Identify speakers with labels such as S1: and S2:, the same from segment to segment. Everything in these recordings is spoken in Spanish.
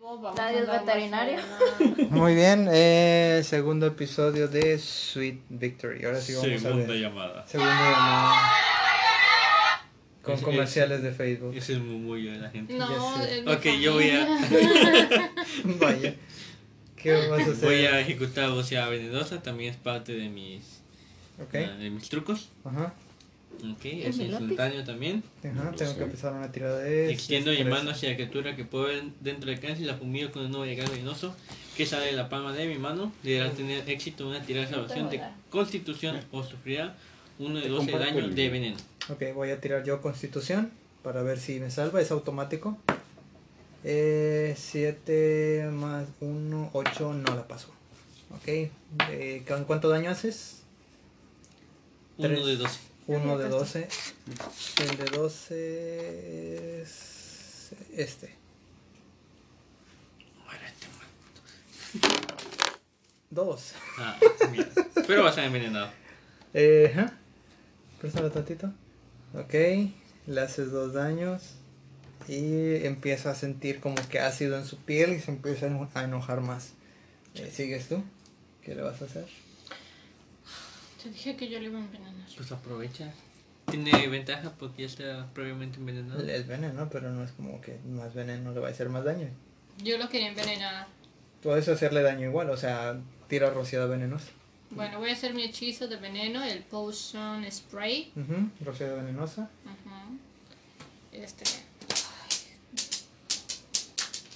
S1: vamos
S2: Nadie es
S1: andar más
S2: veterinario.
S1: ordenados.
S3: Muy bien, eh, segundo episodio de Sweet Victory. Ahora sí vamos a
S4: Segunda
S3: ver.
S4: llamada.
S3: Segunda llamada. Con
S4: Es-
S3: comerciales de Facebook.
S4: Ese es muy murmullo de la gente.
S1: No,
S3: Ya sé.
S1: es mi
S4: Ok, yo voy a,
S1: familia.
S3: Vaya. ¿Qué vas a hacer?
S4: voy a ejecutar voceada venenosa, también es parte de mis, ah,
S3: Ok.
S4: de mis trucos.
S3: Ajá.
S4: Ok, es
S2: mi lápiz?
S4: instantáneo también.
S3: Ajá.
S5: No
S3: Tengo
S5: sé.
S3: que empezar una tirada de.
S4: Extiendo mi
S3: tres.
S4: mano hacia la criatura que puedo ver dentro del cáncer y la fumillo con un nuevo legado venenoso que sale de la palma de mi mano. Deberá tener éxito en una tirada de
S2: No te
S4: salvación de
S2: jodas.
S4: constitución o sufrirá uno de
S5: Te
S4: 12
S5: comparto el
S4: daños de
S5: libro.
S4: veneno.
S3: Ok, voy a tirar yo Constitución para ver si me salva. Es automático. 7 más 1, 8, no la paso. Ok. Eh, ¿con ¿Cuánto daño haces?
S4: Uno
S3: Tres.
S4: de 12.
S3: Uno de 12. El de 12 es este. Dos.
S4: Ah, mira. Pero va a estar envenenado.
S3: Eh, ajá. Préstalo tantito. Ok. Le haces dos daños. Y empieza a sentir como que ácido en su piel y se empieza a eno- a enojar más. Eh, ¿Sigues tú? ¿Qué le vas a hacer?
S1: Te dije que yo le iba a envenenar.
S4: Pues aprovecha. Tiene ventaja porque ya está previamente envenenado.
S3: Es veneno, pero no es como que más veneno le va a hacer más daño.
S1: Yo lo quería envenenar.
S3: Puedes hacerle daño igual, o sea, tira rociada venenosa.
S1: Bueno, voy a hacer mi hechizo de veneno, el Potion Spray.
S3: Ujú, Rociada venenosa.
S1: Ujú. Este.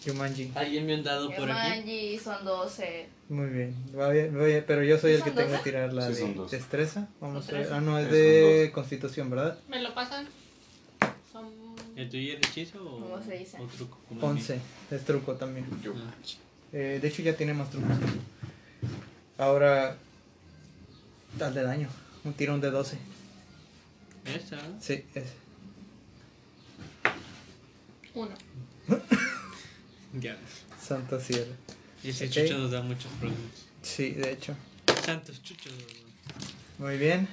S3: Yumanji.
S4: ¿Alguien me ha dado por aquí?
S2: Manji son 12.
S3: Muy bien. Va bien, va bien, pero yo soy el que
S2: ¿Son
S3: tengo que
S2: doce?
S3: tirar la
S5: Sí,
S3: de
S5: son doce.
S3: destreza. Vamos
S1: Son
S3: a ver.
S1: trece.
S3: Ah, no, es
S5: Sí, son
S3: de
S5: doce.
S3: constitución, ¿verdad?
S1: ¿Me lo pasan? Son.
S4: ¿El tuyo era hechizo o,
S2: ¿Cómo se dice?
S4: o truco? Como el mío.
S3: 11. Es truco también.
S5: Yo.
S4: Ah.
S3: Eh, de hecho, ya tiene más trucos. Ahora, tal de daño. Un tirón de 12.
S4: Esta.
S3: Sí, es.
S1: Uno.
S4: Ya.
S3: Santo cielo.
S4: Ese
S3: Ok.
S4: chucho nos da muchos problemas.
S3: Sí, de hecho.
S4: Santos chuchos.
S3: Muy bien.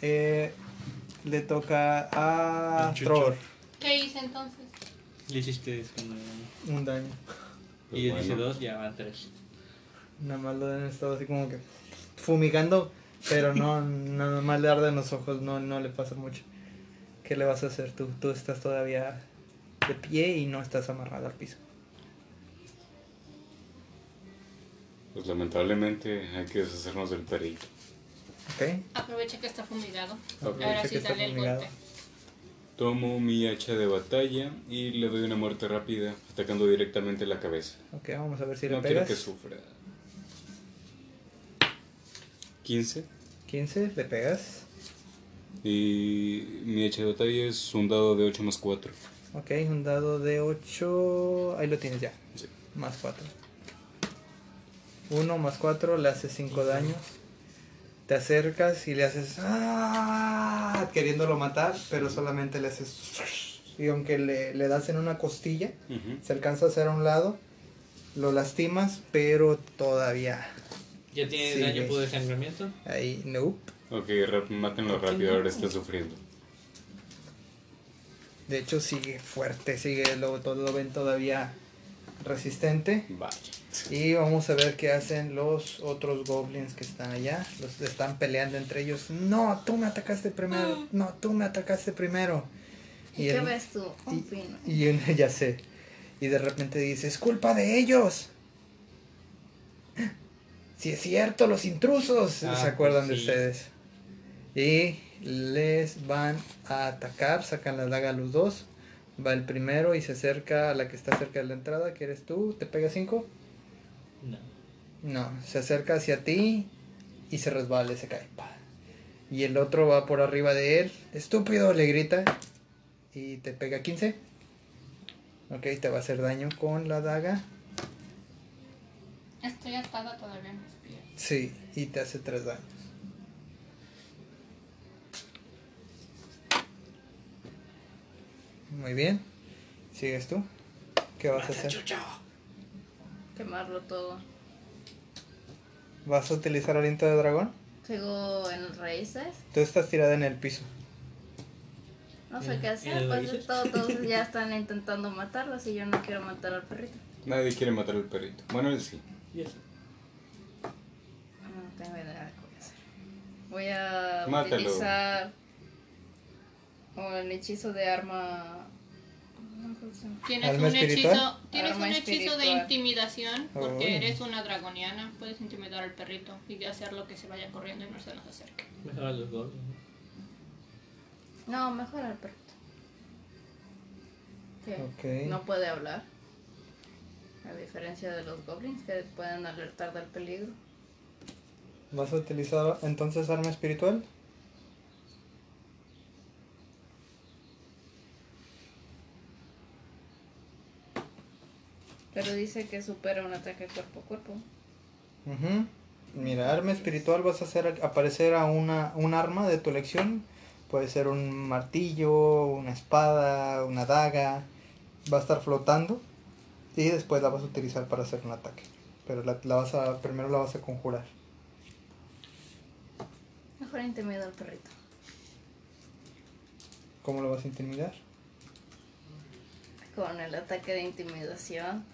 S3: Eh, le toca a
S4: El chucho.
S3: Thor
S1: ¿Qué hice entonces?
S4: Le hiciste eso cuando-
S3: un daño.
S4: Y él
S5: Pues
S4: dice
S5: bueno.
S4: dos, ya van tres.
S3: Nada más lo han estado así como que fumigando, pero no, nada más le arden los ojos, no, no le pasa mucho. ¿Qué le vas a hacer tú? Tú estás todavía de pie y no estás amarrado al piso.
S5: Pues lamentablemente hay que deshacernos del perito.
S3: ¿Ok?
S1: Aprovecha que está fumigado.
S5: Ok.
S1: Ahora
S3: Aprovecha
S1: sí,
S3: que está
S1: dale el
S3: fumigado.
S1: golpe.
S5: Tomo mi hacha de batalla y le doy una muerte rápida, atacando directamente la cabeza.
S3: Ok, vamos a ver si le
S5: no quiero
S3: pegas.
S5: que sufra. 15.
S3: 15, le pegas.
S5: Y mi hacha de batalla es un dado de 8 más 4.
S3: Ok, un dado de 8. Ahí lo tienes ya.
S5: Sí.
S3: Más 4. 1 más 4 le hace 5 daños. Te acercas y le haces. ¡Ah! Queriéndolo matar, pero solamente le haces. Y aunque le, le das en una costilla,
S5: Ujú.
S3: se alcanza a hacer a un lado. Lo lastimas, pero todavía.
S4: ¿Ya tiene
S3: Sí,
S4: daño
S3: güey.
S4: por desangramiento?
S3: Ahí, no.
S5: Ok, rap- mátenlo rápido, ahora está sufriendo.
S3: De hecho, sigue fuerte, sigue. Lo, todo lo ven todavía resistente.
S5: Vaya.
S3: Y vamos a ver qué hacen los otros goblins que están allá. Los están peleando entre ellos. No, tú me atacaste primero. No, tú me atacaste primero.
S2: ¿Y,
S3: Y
S2: qué
S3: el-
S2: ves tú?
S3: y-
S2: Un pino.
S3: Y uno ya sé. Y de repente dice, es culpa de ellos. Si es cierto, los intrusos.
S4: Ah,
S3: ¿Se acuerdan
S4: pues
S3: de
S4: sí.
S3: ustedes? Y les van a atacar. Sacan la daga los dos. Va el primero y se acerca a la que está cerca de la entrada, que eres tú. ¿Te pega cinco?
S4: No.
S3: No, se acerca hacia ti y se resbala y se cae. pa. Y el otro va por arriba de él. Estúpido, le grita. Y te pega 15. Ok, te va a hacer daño con la daga.
S1: Estoy atada todavía en mis pies.
S3: Sí, y te hace 3 daños. Muy bien. ¿Sigues tú? ¿Qué vas a hacer?
S2: Quemarlo todo.
S3: ¿Vas a utilizar aliento de dragón?
S2: Sigo en los raíces.
S3: Tú estás tirada en el piso.
S2: No sé
S4: ¿En-
S2: qué
S4: en
S2: hacer.
S4: los
S2: Pues
S4: raíces?
S2: todos, todos ya están intentando matarlos y yo no quiero matar al perrito.
S5: Nadie quiere matar al perrito. Bueno, él sí.
S4: Y eso.
S2: No tengo idea de qué voy a hacer. Voy a
S5: Mátalo.
S2: utilizar el hechizo de arma. no, ¿cómo se llama?
S1: Tienes
S3: ¿Alma
S1: un
S3: espiritual? Oh.
S1: hechizo, tienes
S2: Arma
S1: un hechizo de
S2: espiritual.
S1: intimidación porque
S3: Uy.
S1: eres una dragoniana, puedes intimidar al perrito y hacer lo que se vaya corriendo y no se nos acerque.
S4: Mejor a los gordos.
S2: No, mejor al perrito. Que
S3: Ok.
S2: no puede hablar. A diferencia de los goblins que pueden alertar del peligro.
S3: ¿Vas a utilizar entonces arma espiritual?
S2: Pero dice que supera un ataque cuerpo a cuerpo.
S3: Ujú. Mira, arma espiritual vas a hacer aparecer a una, un arma de tu elección. Puede ser un martillo, una espada, una daga. Va a estar flotando y después la vas a utilizar para hacer un ataque. Pero la, la vas a, primero la vas a conjurar.
S2: Mejor intimido al perrito.
S3: ¿Cómo lo vas a intimidar?
S2: Con el ataque de intimidación.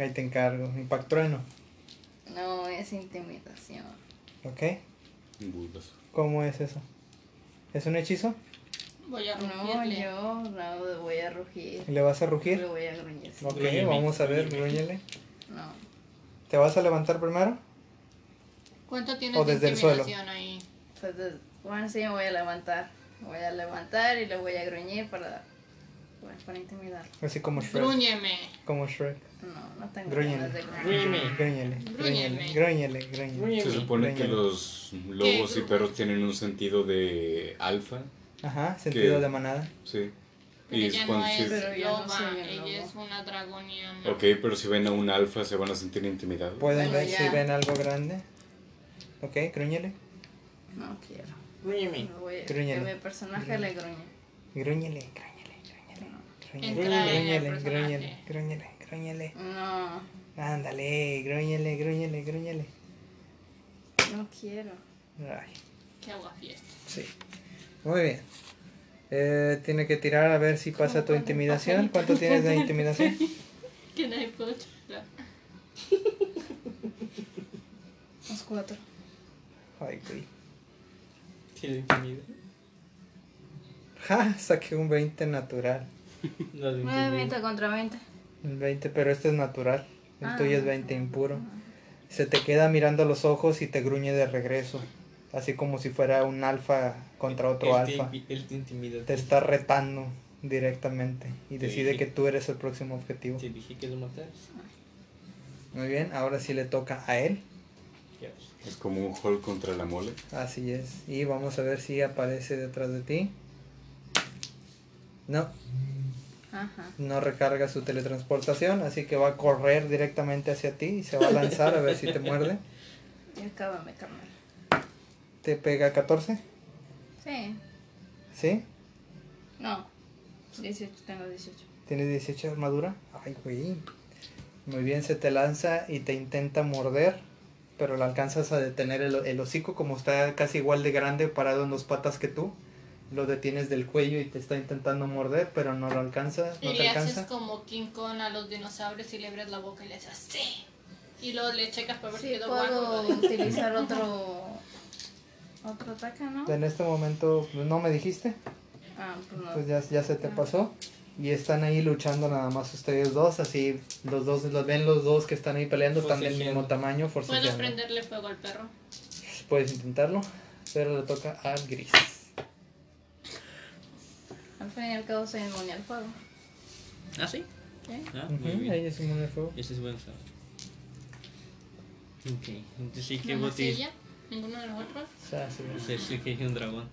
S3: Ahí te encargo. Impactrueno.
S2: No es intimidación.
S3: ¿Ok?
S5: Budas.
S3: ¿Cómo es eso? ¿Es un hechizo?
S1: Voy a
S2: No,
S1: rugirle.
S2: yo no voy a rugir.
S3: ¿Le vas a rugir?
S2: Le voy a gruñir. sí.
S3: Ok,
S4: Gruñeme,
S3: vamos a ver,
S4: gruñeme.
S3: gruñele.
S2: No.
S3: ¿Te vas a levantar primero?
S1: ¿Cuánto
S3: O
S1: tienes de
S3: desde el suelo.
S1: intimidación ahí?
S2: Pues des- bueno, sí, me voy a levantar. Me Voy a levantar y le voy a gruñir para, bueno, para intimidar.
S3: Así como Shrek.
S1: Grúñeme.
S3: Como Shrek.
S2: No, no tengo
S3: Gruñele.
S2: ganas de gruñir.
S4: Gruñeme.
S3: Gruñele,
S1: Gruñeme.
S3: gruñele, gruñele, gruñele.
S5: Se supone que
S3: Gruñeme.
S5: los lobos y
S1: ¿Qué?
S5: perros tienen un sentido de alfa.
S3: Ajá, sentido
S5: ¿Qué?
S3: de manada.
S5: Sí.
S1: Pero
S5: Y
S1: ella
S5: cuando
S1: no
S5: sí-
S1: es
S2: Pero ya no
S1: loba,
S2: soy el
S1: ella
S2: lobo.
S1: es una dragoniana.
S5: Ok, pero si ven a un alfa se van a sentir intimidados.
S3: Pueden
S2: Bueno,
S3: ver
S2: ya.
S3: si ven algo grande. Ok, gruñele,
S2: No quiero.
S4: Ríeme.
S2: No voy a-
S3: Gruñele.
S2: que mi personaje le gruñe.
S3: gruñele, gruñele, gruñele, gruñele,
S1: Entra en el
S3: gruñele, gruñele,
S1: personaje.
S3: gruñele, gruñele.
S2: No,
S3: Ándale, gruñele, gruñele, gruñele.
S2: no quiero.
S3: Ay,
S1: Que agua fiesta.
S3: sí. Muy bien. Eh, tiene que tirar a ver si pasa tu
S1: cuando
S3: intimidación.
S1: pajarito.
S3: ¿Cuánto tienes de intimidación?
S1: Que nadie puede chiflar.
S2: Los cuatro.
S3: Ay, güey.
S4: Si lo intimida.
S3: Ja, saqué un 20 natural.
S4: No
S2: Nueve
S4: lo intimida.
S2: 20 contra 20.
S3: El 20, pero este es natural. El
S2: Ah.
S3: tuyo es 20 impuro. Se te queda mirando a los ojos y te gruñe de regreso. Así como si fuera un alfa contra otro
S4: Él te
S3: alfa.
S4: invi- Él te intimida.
S3: Te está retando directamente y
S4: Te
S3: decide
S4: dije.
S3: que tú eres el próximo objetivo.
S4: Te dije que lo mataras.
S3: Muy bien, ahora sí le toca a él.
S4: Ya.
S5: Es como un hall contra la mole.
S3: Así es. Y vamos a ver si aparece detrás de ti. No,
S2: Ajá.
S3: no recarga su teletransportación, así que va a correr directamente hacia ti y se va a lanzar a ver si te muerde.
S2: Y acábame, carnal.
S3: Te pega 14,
S2: Sí.
S3: ¿sí?
S2: No. 18, tengo 18.
S3: Tienes 18 de armadura. Ay, güey. Muy bien, se te lanza y te intenta morder, pero la alcanzas a detener el, el hocico, como está casi igual de grande, parado en dos patas que tú. Lo detienes del cuello y te está intentando morder, pero no lo alcanza, no
S1: y
S3: te
S1: le haces
S3: alcanza.
S1: como King Kong a los dinosaurios y le abres la boca y le haces así. Y luego le checas para ver si
S2: Sí,
S1: quedó
S2: puedo
S3: Pues
S1: guapo.
S2: utilizar otro. Otro ataque, ¿no?
S3: En este momento, ¿no me dijiste?
S2: Ah, pues no.
S3: Pues ya, ya se te
S1: Ah.
S3: pasó. Y están ahí luchando nada más ustedes dos, así los dos, los ven los dos que están ahí peleando, están del
S4: Forcejeando.
S3: mismo tamaño,
S1: Puedes
S3: forcejeando.
S1: prenderle fuego al perro.
S3: Puedes intentarlo, pero le toca al gris.
S2: Al fin y al cabo soy inmune al fuego.
S4: ¿Ah, sí?
S2: ¿Sí?
S4: Ah,
S3: Ujú,
S4: muy bien.
S3: Ahí es un fuego.
S4: Ese es buen saber. Ok, entonces sí que
S1: Nada más
S4: botis.
S1: ella, ninguno de los otros.
S3: O sea, sí.
S4: Entonces sí que es un dragón.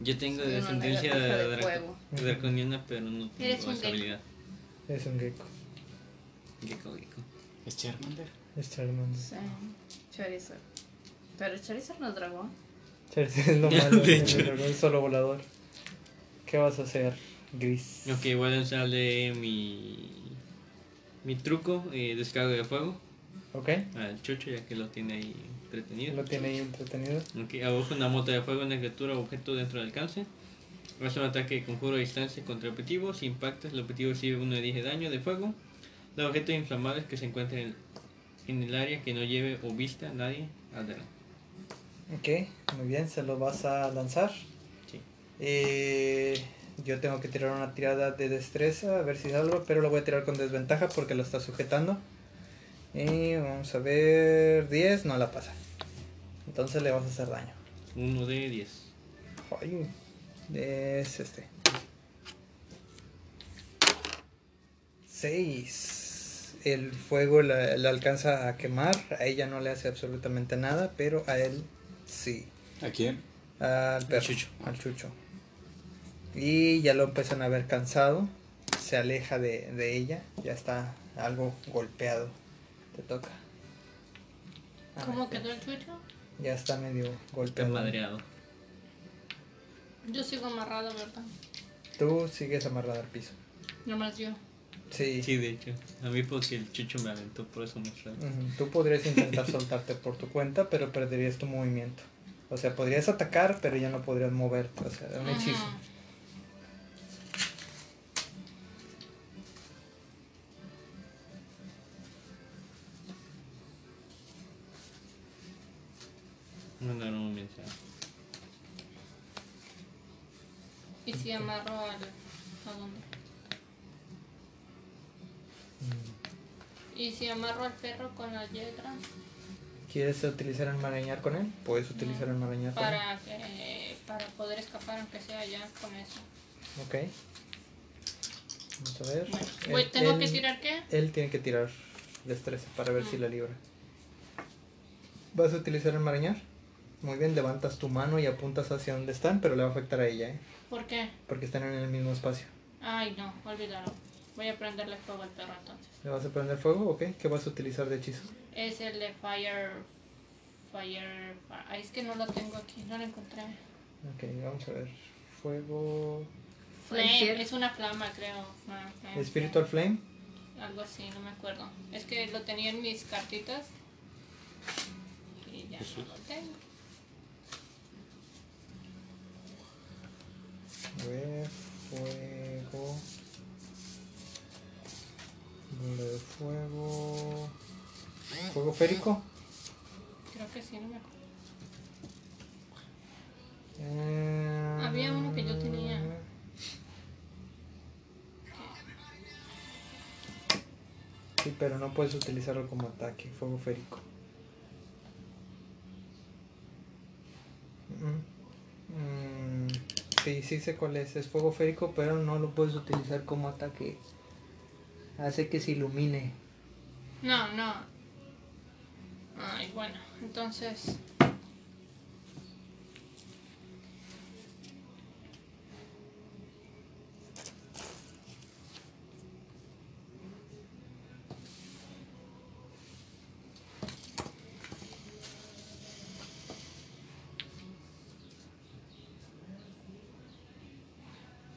S4: Yo tengo
S2: Soy una
S4: descendencia
S2: lagartija de
S4: dra-
S2: fuego.
S4: draconiana, pero no tengo
S1: Eres un
S4: esa
S1: gecko.
S4: habilidad.
S3: Es un gecko.
S4: Gecko, gecko.
S5: Es Charmander.
S3: Es Charmander.
S2: Sí. Charizard. Pero Charizard no es dragón.
S3: Charmander es lo malo.
S4: De
S3: el
S4: hecho.
S3: dragón solo volador. ¿Qué vas a hacer, gris?
S4: Ok, voy a lanzarle mi, mi truco, eh, descargo de fuego
S3: ¿Ok?
S4: al chocho, ya que lo tiene ahí entretenido.
S3: Lo tiene ahí entretenido.
S4: Ok, abajo una mota de fuego en la criatura o objeto dentro del alcance. Hace un ataque con conjuro a distancia contra objetivos. Si impactas, el objetivo recibe 1 de 10 de daño de fuego. Los objetos inflamables que se encuentren en el, en el área que no lleve o vista nadie adelante.
S3: Ok, muy bien, se lo vas a lanzar.
S4: Sí.
S3: Eh, yo tengo que tirar una tirada de destreza, a ver si salgo, pero lo voy a tirar con desventaja porque lo está sujetando. Y vamos a ver, 10, no la pasa. Entonces le vas a hacer daño.
S4: 1 de 10.
S3: Ay, es este. 6. El fuego la, la alcanza a quemar. A ella no le hace absolutamente nada, pero a él sí.
S5: ¿A quién?
S3: Al perro,
S4: chucho.
S3: Al chucho. Y ya lo empiezan a ver cansado. Se aleja de, de ella. Ya está algo golpeado. Te toca. Ah,
S1: ¿Cómo quedó el chucho?
S3: Ya está medio
S4: Está
S3: golpeado.
S4: madreado.
S1: Yo sigo amarrado, ¿verdad?
S3: Tú sigues amarrado al piso.
S1: Nomás yo.
S3: Sí.
S4: Sí, de hecho. A mí porque el chucho me aventó, por eso me fue.
S3: Ujú, Tú podrías intentar soltarte por tu cuenta, pero perderías tu movimiento. O sea, podrías atacar, pero ya no podrías moverte. O sea, era un hechizo.
S1: Ajá.
S4: Mandaron un mensaje.
S1: ¿Y si amarro al... a dónde? ¿Y si amarro al perro con la yedra?
S3: ¿Quieres utilizar el marañar con él? Puedes utilizar el marañar con él.
S1: Para que... Para poder escapar, aunque sea ya con eso.
S3: Ok. Vamos a ver.
S1: Bueno,
S3: Él-
S1: pues, ¿tengo
S3: él-
S1: que tirar Ah. qué?
S3: Él tiene que tirar destreza para ver si la libra. ¿Vas a utilizar el marañar? Muy bien, levantas tu mano y apuntas hacia donde están, pero le va a afectar a ella, ¿eh?
S1: ¿Por qué?
S3: Porque están en el mismo espacio.
S1: Ay, no, olvídalo. Voy a prenderle fuego al perro entonces.
S3: ¿Le vas a prender fuego? Ok. ¿Qué vas a utilizar de hechizo?
S1: Es el de Fire. Fire. Ay, es que no lo tengo aquí, no lo encontré.
S3: Ok, vamos a ver. Fuego.
S1: Flame,
S2: Fire.
S1: es una flama, creo. Ah, ah,
S3: Spiritual Flame.
S1: Algo así, no me acuerdo. Es que lo tenía en mis cartitas. Y ya no lo tengo.
S3: A ver, fuego. Bola de fuego. Fuego férico.
S1: Creo que sí, no me acuerdo.
S3: Eh,
S1: Había uno que yo tenía.
S3: Sí, pero no puedes utilizarlo como ataque. Fuego férico. Mm, mm, Sí, sí sé cuál es. Es fuego férico, pero no lo puedes utilizar como ataque. Hace que se ilumine.
S1: No, no. Ay, bueno, entonces.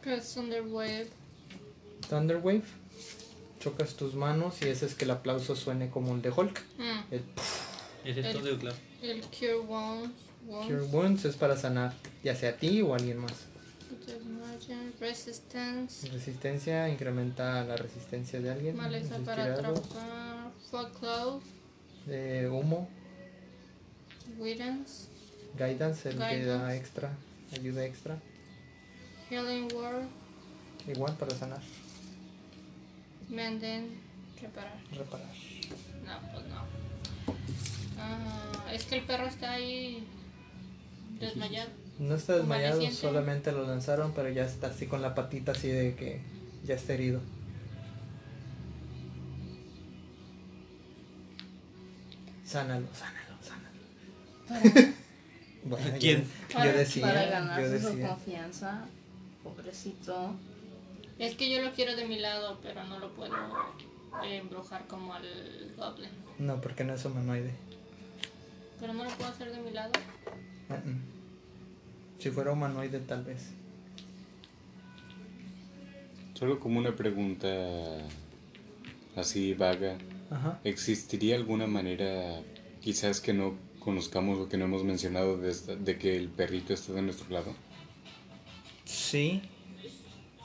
S1: ¿Qué es Thunderwave?
S3: Thunderwave. Chocas tus manos y haces que el aplauso suene como el de Hulk.
S1: Mm,
S3: El pff,
S4: ¿Es esto de Oclavo?
S1: el Cure Wounds. wounds.
S3: Cure Wounds es para sanar, ya sea a ti o a alguien más.
S1: Protect Margin, Resistance,
S3: Resistencia incrementa la resistencia de alguien.
S1: maleza
S3: sus
S1: para
S3: tirados
S1: atrapar, Fog Cloud,
S3: de Eh, humo,
S1: Guidance,
S3: guidance, el que da
S1: Guidance.
S3: extra, ayuda extra,
S1: Healing Word,
S3: igual para sanar,
S1: Menden, Reparar.
S3: reparar.
S1: No, pues no. Ah, es que el perro está ahí desmayado.
S3: No está desmayado,
S1: Convaleciente.
S3: solamente lo lanzaron, pero ya está así con la patita así de que ya está herido. Sánalo, sánalo, sánalo. Bueno, yo-
S4: ¿Quién?
S3: Yo,
S1: Para-
S2: para
S3: decía, yo
S2: ganarse su
S3: decía.
S2: confianza. Pobrecito.
S1: Es que yo lo quiero de mi lado, pero no lo puedo eh, embrujar como al Goblin.
S3: No, porque no es humanoide.
S1: Pero no lo puedo hacer de mi lado.
S3: Mm, mm. Si fuera humanoide, tal vez.
S5: Solo como una pregunta así vaga.
S3: Ajá.
S5: ¿Existiría alguna manera, quizás que no conozcamos o que no hemos mencionado, de, esta- de que el perrito esté de nuestro lado?
S3: Sí.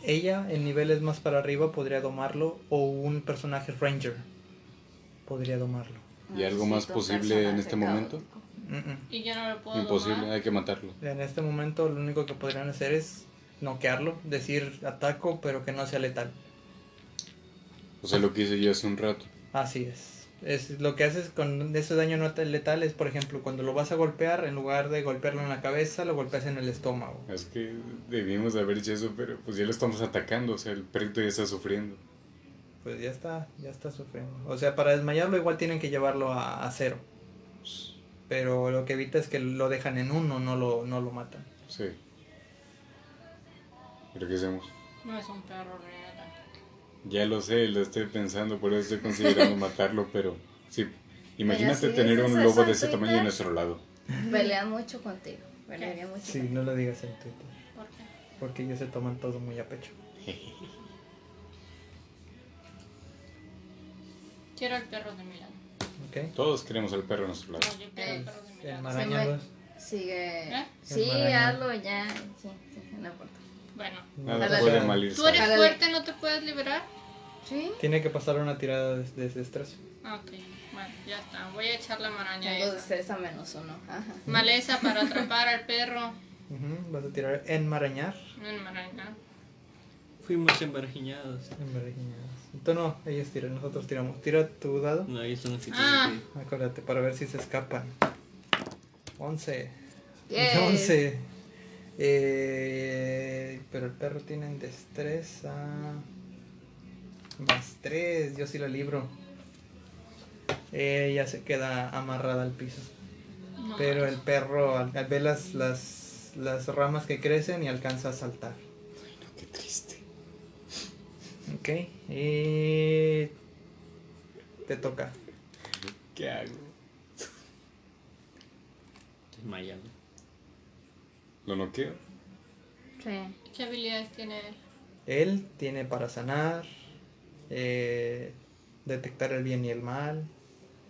S3: Ella, en niveles más para arriba, podría domarlo. O un personaje ranger podría domarlo.
S5: ¿Y algo más
S2: Necesito
S5: posible en
S2: personaje
S5: este momento?
S2: caótico.
S3: Mm-mm.
S1: Y yo no lo puedo
S5: Imposible,
S1: domar.
S5: hay que matarlo.
S3: En este momento lo único que podrían hacer es noquearlo, decir ataco, pero que no sea letal.
S5: O sea, lo que hice yo hace un rato.
S3: Así es. es lo que haces con ese daño no tan letal es, por ejemplo, cuando lo vas a golpear, en lugar de golpearlo en la cabeza, lo golpeas en el estómago.
S5: Es que debimos haber hecho eso, pero pues ya lo estamos atacando. O sea, el perrito ya está sufriendo.
S3: Pues ya está, ya está sufriendo. O sea, para desmayarlo igual tienen que llevarlo a, a cero. Pero lo que evita es que lo dejan en uno, no lo, no lo matan.
S5: Sí. ¿Pero qué hacemos?
S1: No es un perro real.
S5: Ya lo sé, lo estoy pensando, por eso estoy considerando matarlo, pero sí. Imagínate
S2: Pero sí,
S5: tener
S2: ese
S5: un
S2: es
S5: lobo
S2: el
S5: de ese tamaño a
S2: Twitter.
S5: nuestro lado.
S2: Pelean mucho contigo. Pelearía mucho.
S3: Sí, no lo digas en Twitter.
S1: ¿Por qué?
S3: Porque ellos se toman todo muy a pecho.
S1: Quiero el perro de mi lado.
S3: ¿Ok?
S5: Todos queremos al perro a nuestro lado.
S1: No, yo quiero el perro de mi lado.
S3: Enmarañados.
S2: Sigue.
S1: ¿Eh?
S2: Sí,
S3: Enmarañado.
S2: hazlo ya. Sí, sí, no importa.
S1: Bueno,
S5: Nada
S2: Ojalá.
S5: puede mal irse.
S1: tú eres
S2: Jálale.
S1: fuerte, no te puedes liberar.
S2: Sí.
S3: Tiene que pasar una tirada de, de- de estrés.
S1: Ah, Ok, bueno, ya está. Voy a echar la maraña
S2: Tengo de
S1: esa.
S2: estrés a menos uno. Ajá.
S1: Maleza para atrapar al perro.
S3: Ujú, Vas a tirar enmarañar.
S1: Enmarañar.
S4: Fuimos embarjiñados.
S3: Enmarañar. Tú no, ellos tiran, nosotros tiramos. Tira tu dado.
S4: No, ellos son los que
S1: Ah.
S4: tienen
S3: Acuérdate, para ver si se escapan. 11.
S2: Yay.
S3: 11. Eh, pero el perro tiene en destreza. Más 3. Yo sí la libro. Ella se queda amarrada al piso.
S1: No
S3: Pero
S1: más.
S3: el perro al- al- ve las, las, las ramas que crecen y alcanza a saltar.
S5: Qué triste.
S3: Ok. Y. Te toca.
S5: ¿Qué hago?
S4: que desmayarlo.
S5: ¿Lo noqueo?
S2: Sí.
S1: ¿Qué habilidades tiene él?
S3: Él tiene para sanar, eh, detectar el bien y el mal.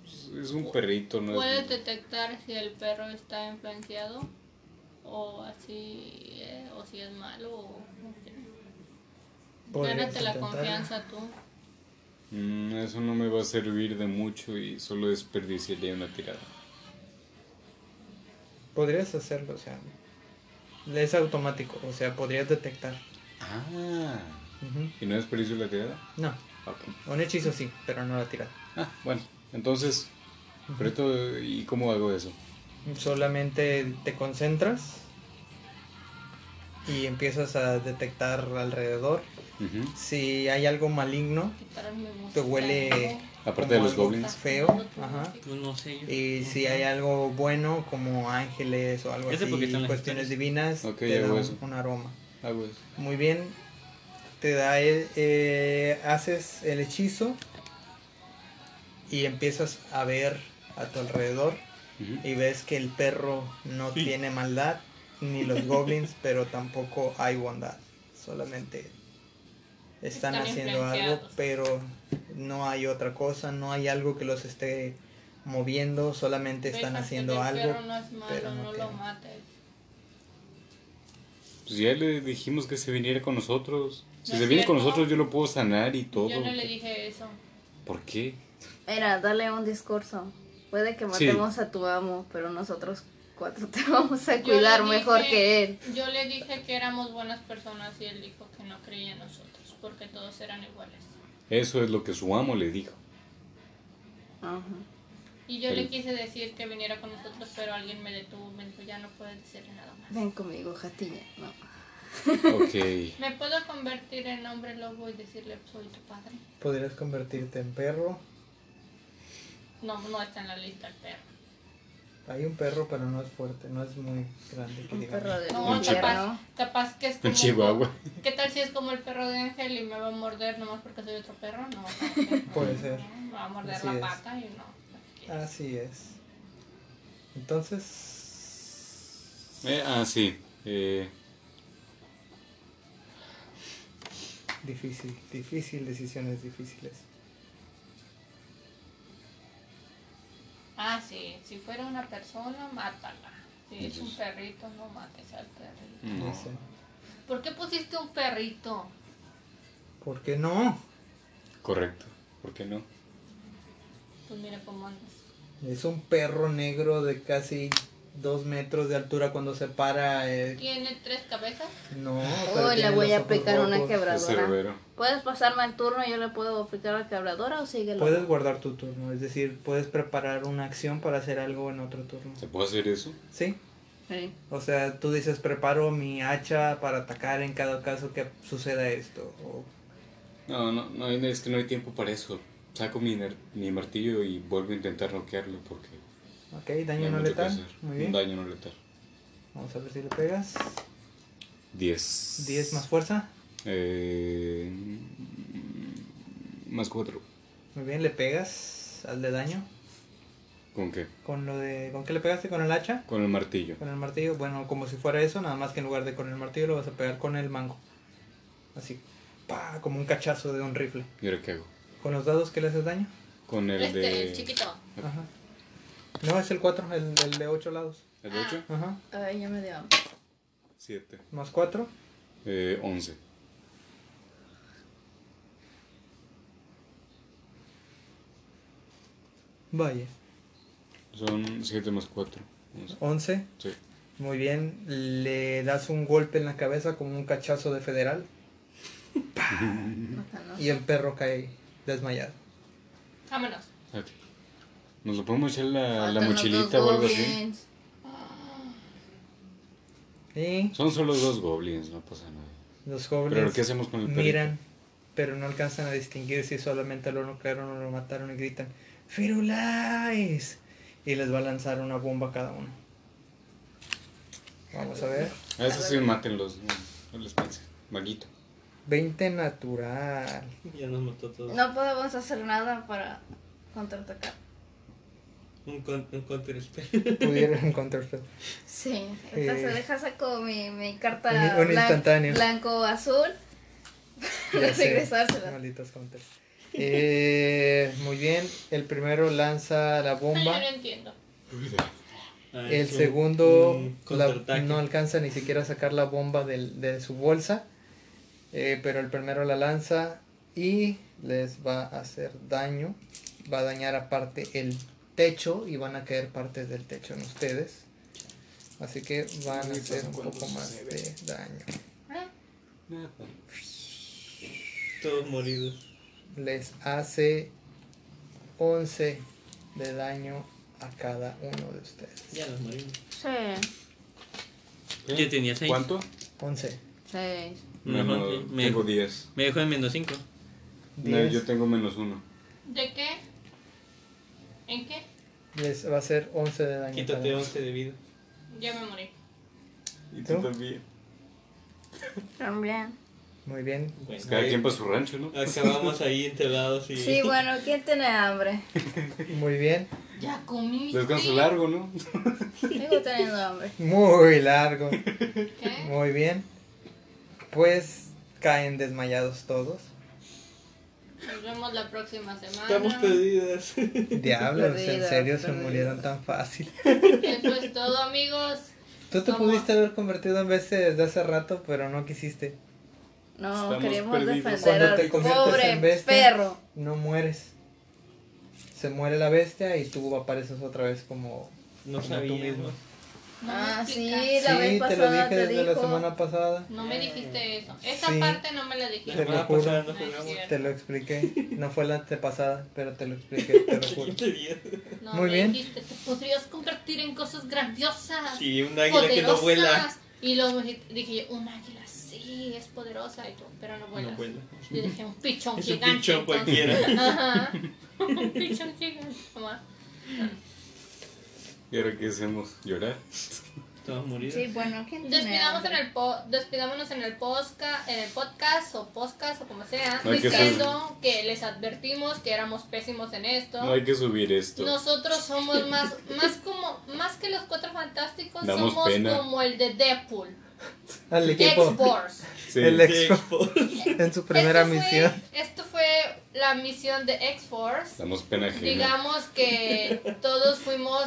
S5: Pues, Es un perrito, ¿no?
S1: ¿Puedes
S5: Es...
S1: detectar si el perro está influenciado? O así, eh, o si es malo. O... o qué?
S3: Podrías
S1: Gánate la
S3: intentar.
S1: confianza tú.
S5: Mm, eso no me va a servir de mucho y solo desperdiciaría una tirada.
S3: Podrías hacerlo, o sea, es automático, o sea, podrías detectar.
S5: Ah.
S3: Ujú.
S5: ¿Y no desperdicio la tirada?
S3: No,
S5: Ok.
S3: un hechizo sí, pero no la tirada.
S5: Ah, bueno. Entonces, pero esto, ¿y cómo hago eso?
S3: Solamente te concentras y empiezas a detectar alrededor.
S5: Ujú.
S3: Si hay algo maligno,
S1: Quitaron mi música.
S3: te huele.
S5: Aparte
S3: como
S5: de los
S3: algo
S5: goblins.
S3: Feo, ajá.
S4: No, Pues no sé yo.
S3: Y si hay algo bueno, como ángeles o algo
S4: Ese
S3: así,
S4: porque están las
S3: cuestiones
S4: estrellas.
S3: divinas,
S5: Ok,
S3: te da
S5: hago
S3: un,
S5: eso.
S3: un aroma.
S5: Hago eso.
S3: Muy bien, te da, el- eh, haces el hechizo y empiezas a ver a tu alrededor
S5: Ujú.
S3: y ves que el perro no tiene maldad, ni los goblins, pero tampoco hay bondad. Solamente
S1: Están
S3: están, haciendo algo,
S1: influenciados.
S3: pero no hay otra cosa, no hay algo que los esté moviendo, solamente
S1: Ves
S3: están
S1: hasta
S3: haciendo
S1: que el
S3: algo.
S1: Pues perro no es malo,
S3: pero no
S1: no, lo
S3: tiene.
S1: mates.
S5: Pues ya le dijimos que se viniera con nosotros. Si
S1: No
S5: se
S1: es
S5: viene con
S1: cierto.
S5: nosotros, yo lo puedo sanar y todo.
S1: Yo no le dije eso.
S5: ¿Por qué?
S2: Mira, dale un discurso. Puede que matemos a tu amo, pero nosotros cuatro te vamos a
S1: Yo
S2: cuidar
S1: le
S2: mejor
S1: dije-
S2: que él.
S1: Yo le dije que éramos buenas personas y él dijo que no creía en nosotros porque todos eran iguales.
S5: Eso es lo que su amo le dijo.
S2: Ajá.
S1: Y yo
S5: El-
S1: le quise decir que viniera con nosotros, pero alguien me detuvo, me dijo, ya no puedes decirle nada más.
S2: Ven conmigo, Jatiña. No.
S5: Ok.
S1: ¿Me puedo convertir en hombre lobo y decirle soy tu padre?
S3: Podrías convertirte en perro.
S1: No, no está en la lista el perro.
S3: Hay un perro, pero no es fuerte, no es muy grande. Que
S2: Un
S3: digamos.
S2: perro de
S1: No,
S5: Un
S1: capaz,
S2: invierno.
S1: capaz que es
S5: Un
S1: como...
S5: chihuahua.
S1: ¿Qué tal si es como el perro de Ángel y me va a morder nomás porque soy otro perro? No, no,
S3: Puede ser.
S1: me va a morder
S3: Así
S1: la
S3: es.
S1: pata y no.
S3: Así es. Entonces,
S5: Eh, ah, sí. Eh,
S3: difícil, difícil, decisiones difíciles.
S1: Ah, sí, si fuera una
S5: mm,
S1: persona, mátala. Si es un perrito, no mates al perrito.
S5: no.
S3: No sé.
S1: ¿Por qué pusiste un perrito?
S3: ¿Por qué no?
S5: Correcto. ¿Por qué no?
S1: Pues mira cómo andas.
S3: Es un perro negro de casi dos metros de altura cuando se para. eh,
S1: Tiene tres cabezas.
S3: No, pero
S2: Hoy le
S3: tiene
S2: voy a
S3: los ojos
S2: aplicar una
S3: rojos.
S5: Es cerbero.
S2: quebradora. ¿Puedes pasarme el turno y yo le puedo aplicar la quebradora o sigue
S3: Puedes guardar tu turno, es decir, puedes preparar una acción para hacer algo en otro turno.
S5: ¿Se puede hacer eso?
S3: Sí,
S2: Sí.
S3: o sea, tú dices preparo mi hacha para atacar en cada caso que suceda esto. o-
S5: No, no, no, hay- es que no hay tiempo para eso. Saco mi, ner- mi martillo y vuelvo a intentar noquearlo porque.
S3: ok, daño
S5: hay
S3: no
S5: mucho que
S3: letal.
S5: hacer.
S3: Muy
S5: Un
S3: bien.
S5: Daño no letal.
S3: Vamos a ver si le pegas.
S5: 10.
S3: 10 más fuerza.
S5: Eh, mm, más 4.
S3: Muy bien, le pegas. Hazle daño.
S5: ¿Con qué?
S3: Con lo de. ¿Con qué le pegaste? ¿Con el hacha?
S5: Con el martillo.
S3: Con el martillo. Bueno, como si fuera eso, nada más que en lugar de con el martillo lo vas a pegar con el mango. Así. pa, Como un cachazo de un rifle.
S5: ¿Y ahora qué hago?
S3: ¿Con los dados que le haces daño?
S5: Con el
S1: este,
S5: de.
S1: el chiquito.
S3: Ajá. No, es el 4, el, el de 8 lados.
S5: ¿El 8?
S3: Ajá.
S2: Ay, ya me dio hambre.
S5: 7.
S3: Más 4.
S5: Eh, 11.
S3: Vaya.
S5: Son 7 más 4. 11.
S3: 11.
S5: Sí.
S3: Muy bien. Le das un golpe en la cabeza como un cachazo de federal.
S5: Mm.
S2: Acá no.
S3: Y el perro cae desmayado.
S1: Vámonos.
S5: Ok. ¿Nos lo podemos echar ah, la, la
S2: Faltan los
S5: mochilita
S2: dos
S5: o algo así?
S2: goblins.
S3: Y
S5: Son solo dos goblins, no pasa nada.
S3: los jóvenes
S5: Pero ¿qué hacemos con el perrito?
S3: miran, pero no alcanzan a distinguir si solamente lo nuclearon o lo mataron y gritan ¡Firulais! Y les va a lanzar una bomba a cada uno. Vamos a ver.
S5: A esos sí mátenlos. No, no les pase. Maguito.
S3: 20 natural.
S4: Ya nos mató todo.
S2: No podemos hacer nada para contraatacar.
S4: Un, con, un counter spell.
S3: Pudieron encontrarse.
S2: Sí, entonces
S3: Eh,
S2: deja saco mi, mi carta
S3: un- un
S2: blan-
S3: instantáneo.
S2: blanco-azul
S3: Ya
S2: para
S3: sé,
S2: regresársela.
S3: Malditos counters. Eh, muy bien, el primero lanza la
S1: Ay,
S3: bomba.
S1: yo no entiendo.
S4: Ah,
S3: El
S4: es un-
S3: segundo
S4: un
S3: la-
S4: Mm, contraataque.
S3: no alcanza ni siquiera a sacar la bomba del- de, su bolsa. eh, pero el primero la lanza y les va a hacer daño. Va a dañar aparte el techo y van a caer partes del techo en ustedes. Así que van a
S5: Uy,
S3: hacer
S5: pasan
S3: un
S5: cuando
S3: poco más
S5: sucede.
S3: de daño.
S4: Todos moridos.
S3: Les hace 11 de daño a cada uno de ustedes.
S4: Ya nos morimos.
S2: Sí,
S5: ¿Qué?
S4: Yo tenía seis.
S5: ¿Cuánto?
S3: 11.
S2: sí.
S4: Me
S5: No,
S4: dejó-
S5: no,
S4: me
S5: tengo
S4: dejó-
S5: 10.
S4: Me dejó en menos 5.
S5: No,
S3: diez.
S5: yo tengo menos 1.
S1: ¿De qué? ¿En qué?
S3: Les va a hacer 11 de daño. a cada
S4: Quítate
S3: uno.
S4: 11 de vida.
S1: Ya me morí.
S5: Y
S3: ¿Tú?
S5: tú también.
S2: También.
S3: Muy bien,
S4: Bueno,
S5: Cada
S4: ahí-
S5: quien para su rancho, ¿no?
S4: acabamos ahí entelados y.
S2: Sí, bueno, ¿quién tiene hambre?
S3: muy bien.
S1: Ya comí.
S5: Descanso largo, ¿no?
S2: Sigo teniendo hambre.
S3: Muy largo.
S1: ¿Qué?
S3: Muy bien. Pues caen desmayados todos.
S1: Nos vemos la próxima semana.
S4: Estamos perdidas.
S3: Diablos, en
S2: Perdidas,
S3: serio se
S2: perdidas.
S3: murieron tan fácil.
S1: Eso es todo, amigos.
S3: Tú te
S1: Vamos.
S3: pudiste haber convertido en bestia desde hace rato, pero no quisiste.
S2: No,
S5: Estamos
S2: queremos
S5: perdidos.
S2: defender
S3: Cuando
S2: al
S3: te conviertes
S2: pobre
S3: en bestia,
S2: perro.
S3: no mueres. Se muere la bestia y tú apareces otra vez como,
S4: No
S3: como tú mismo.
S4: sabíamos.
S1: No me
S2: Ah, sí,
S1: explicas.
S2: la
S3: sí,
S2: vez
S3: te lo
S2: pasada
S3: dije
S2: te,
S3: desde
S2: dijo.
S3: la semana pasada.
S1: No me dijiste eso. Esa
S3: Sí.
S1: parte no me la
S4: La
S1: dijiste.
S3: Te lo
S4: semana
S3: juro.
S4: pasada no
S1: No es
S4: jugamos.
S1: cierto.
S3: Te lo expliqué. No fue la antepasada, pero te lo expliqué, te lo juro.
S4: Quince días.
S1: No
S3: Muy
S1: me
S3: bien.
S1: dijiste. Te podrías convertir en cosas grandiosas.
S4: Sí, un águila que no
S1: poderosas.
S4: vuela.
S1: Y luego dije- dije, un águila sí, es poderosa, y tú, pero no vuela.
S4: No vuela.
S1: Yo dije, un pichón
S4: Es un
S1: gigante.
S4: pichón
S1: entonces".
S4: cualquiera.
S1: Ajá. Un pichón gigante, mamá.
S5: ¿Y ahora qué hacemos? ¿Llorar?
S4: Todos moridos.
S2: Sí, bueno, ¿quién tiene
S1: Despidamos en
S2: hambre?
S1: el po- despidámonos en el, posca, en el podcast o podcast o como sea,
S5: No hay que
S1: diciendo que, les advertimos que éramos pésimos en esto.
S5: No hay que subir esto.
S1: Nosotros somos más, más como, más que los cuatro fantásticos,
S5: Damos
S1: somos
S5: pena.
S1: como el de Deadpool,
S3: Al equipo.
S1: X-Force.
S5: Sí.
S3: El
S4: Qué
S3: expo
S4: expo-
S3: en su primera
S1: Esto fue-
S3: misión.
S1: Esto fue la misión de X-Force.
S5: Damos pena ajena.
S1: Digamos que todos fuimos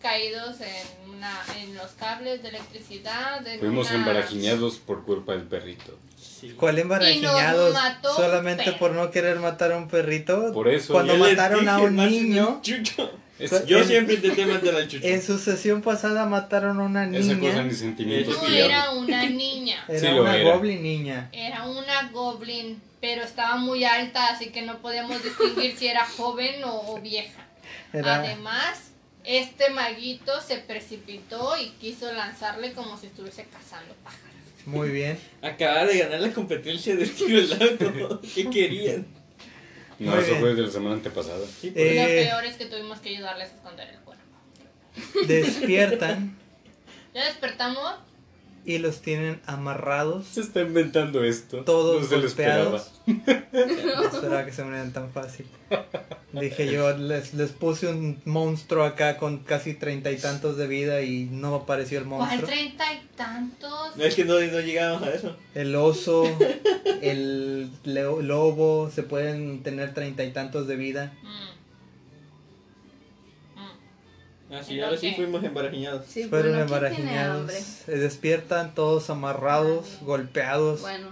S1: caídos en un la- en los cables de electricidad. en
S5: Fuimos
S1: una-
S5: embarajineados por culpa del perrito.
S4: Sí.
S3: ¿Cuál
S1: Y nos
S3: embarajiñados?
S1: mató un
S3: Solamente
S1: perro.
S3: por no querer matar a un perrito.
S5: Por eso
S3: Cuando
S5: ya
S4: les
S3: mataron a
S4: dije,
S3: un
S4: "Maten al
S3: niño.
S4: chucho".
S5: Es-
S4: Yo
S3: en-
S4: siempre intenté matar al chucho.
S3: En su sesión pasada mataron a una
S5: Esa cosa
S3: niña.
S5: mis sentimientos
S1: No,
S5: pillaron.
S1: era una niña.
S3: Era
S5: Sí, lo
S3: una
S5: era.
S3: goblin niña.
S1: Era una goblin, pero estaba muy alta, así que no podíamos distinguir si era joven o, o vieja. Ah,
S3: Era-
S1: Además, este maguito se precipitó y quiso lanzarle como si estuviese cazando pájaros.
S3: Muy bien.
S4: Acababa de ganar la competencia del tiro al arco. ¿Qué querían?
S5: No,
S3: Muy
S5: eso
S3: bien.
S5: fue de la semana antepasada.
S4: Sí, por-
S3: Eh.
S1: Lo peor es que tuvimos que ayudarles a esconder el cuerpo.
S3: Despiertan
S1: Ya despertamos
S3: y los tienen amarrados.
S5: Se está inventando esto.
S3: Todos
S5: no se lo esperaba.
S3: golpeados. No esperaba que se unieran tan fácil. Dije yo, les, les puse un monstruo acá con casi treinta y tantos de vida y no apareció el
S1: ¿Cuál
S3: monstruo. Mm.
S1: treinta y tantos?
S4: No es que no, no llegamos a eso.
S3: El oso, el leo- lobo, se pueden tener treinta y tantos de vida.
S1: Mm. Mm.
S4: Así, ahora Ah, sí
S1: Ok.
S4: fuimos embarajiñados.
S2: Sí,
S3: Fueron
S2: bueno, ¿quién tiene
S3: embarajiñados.
S2: hambre?
S3: Se despiertan todos amarrados, golpeados.
S2: Bueno,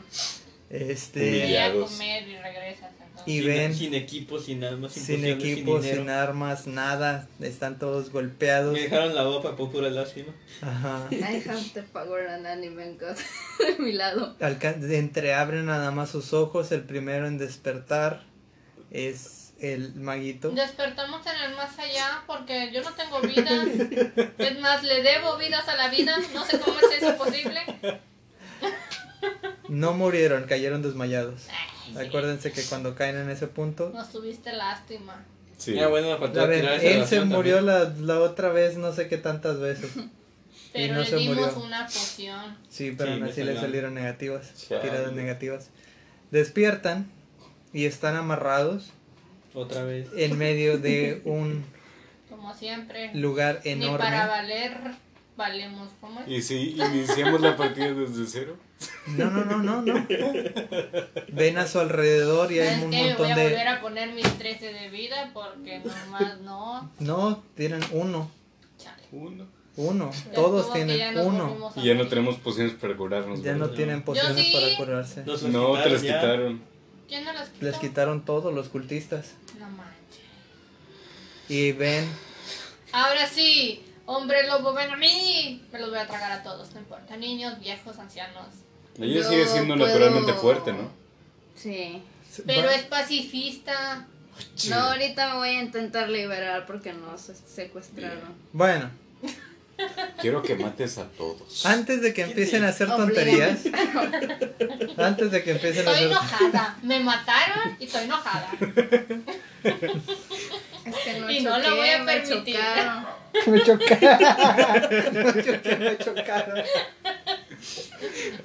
S1: Ve
S3: Este.
S1: a
S5: Humillados.
S1: comer y regresas. entonces.
S3: Y
S4: sin,
S3: ven.
S4: Sin equipo, sin armas, sin,
S3: Sin
S4: pociones,
S3: equipo,
S4: sin
S3: sin,
S4: dinero.
S3: armas, nada. Están todos golpeados.
S4: Me dejaron la boca por pura lástima.
S3: Ajá.
S2: I have the power and anime god de mi lado.
S3: Alca- entreabren nada más sus ojos. El primero en despertar es el maguito.
S1: Despertamos en el más allá porque yo no tengo vidas. Es más, le debo vidas a la vida. No sé cómo es eso posible.
S3: No murieron, cayeron desmayados.
S1: Ay, sí.
S3: Acuérdense que cuando caen en ese punto.
S1: Nos tuviste lástima.
S5: Sí.
S4: Ya bueno, me faltó
S3: A ver,
S4: tirar esa
S3: él se
S4: ración
S3: murió
S4: también.
S3: la, la otra vez, no sé qué tantas veces.
S1: Pero
S3: no
S1: le
S3: se
S1: dimos
S3: murió.
S1: una poción.
S3: Sí, pero
S4: Sí,
S3: aún
S4: me
S3: así le
S4: salieron.
S3: salieron negativas.
S5: Chale.
S3: Tiradas negativas. Despiertan y están amarrados
S4: Otra vez.
S3: en medio de un
S1: Como siempre.
S3: lugar
S1: Ni para
S3: enorme.
S1: valer, valemos como es.
S5: Y si iniciamos la partida desde cero,
S3: No, no, no, no, no. Ven a su alrededor y hay
S1: ¿Sabes
S3: un
S1: qué? Me voy
S3: montón
S1: a volver
S3: de...
S1: a poner mis 13 de vida porque nomás no.
S3: No, tienen uno,
S1: Chale.
S5: uno.
S3: uno.
S1: Ya
S3: Todos
S1: estuvo que ya
S3: tienen
S1: nos
S3: uno.
S1: volvimos a
S5: Y ya no
S1: morir.
S5: tenemos pociones para curarnos.
S3: Ya no
S5: ¿verdad?
S3: tienen pociones
S1: sí.
S3: para curarse.
S4: Nos las
S5: No, te las
S4: ya.
S5: quitaron.
S1: ¿Quién no las quitó?
S3: Les quitaron todos los cultistas.
S1: No manches.
S3: Y ven,
S1: Ahora sí, hombre lobo, ven a mí. Me los voy a tragar a todos, no importa. Niños, viejos, ancianos.
S2: Yo
S5: Ella sigue siendo
S2: puedo-
S5: naturalmente fuerte, ¿no?
S2: Sí.
S1: Pero
S3: va-
S1: es pacifista.
S2: No, ahorita me voy a intentar liberar porque nos secuestraron.
S3: bueno,
S5: Quiero que mates a todos.
S3: antes de que empiecen a hacer
S2: Oblígame.
S3: tonterías, antes de que empiecen a
S1: Estoy
S3: hacer...
S1: enojada. Me mataron y estoy enojada.
S2: Es que no
S1: Y no lo voy a
S2: me
S1: permitir.
S2: chocaron.
S3: Me chocaron. Me choqué, me chocaron.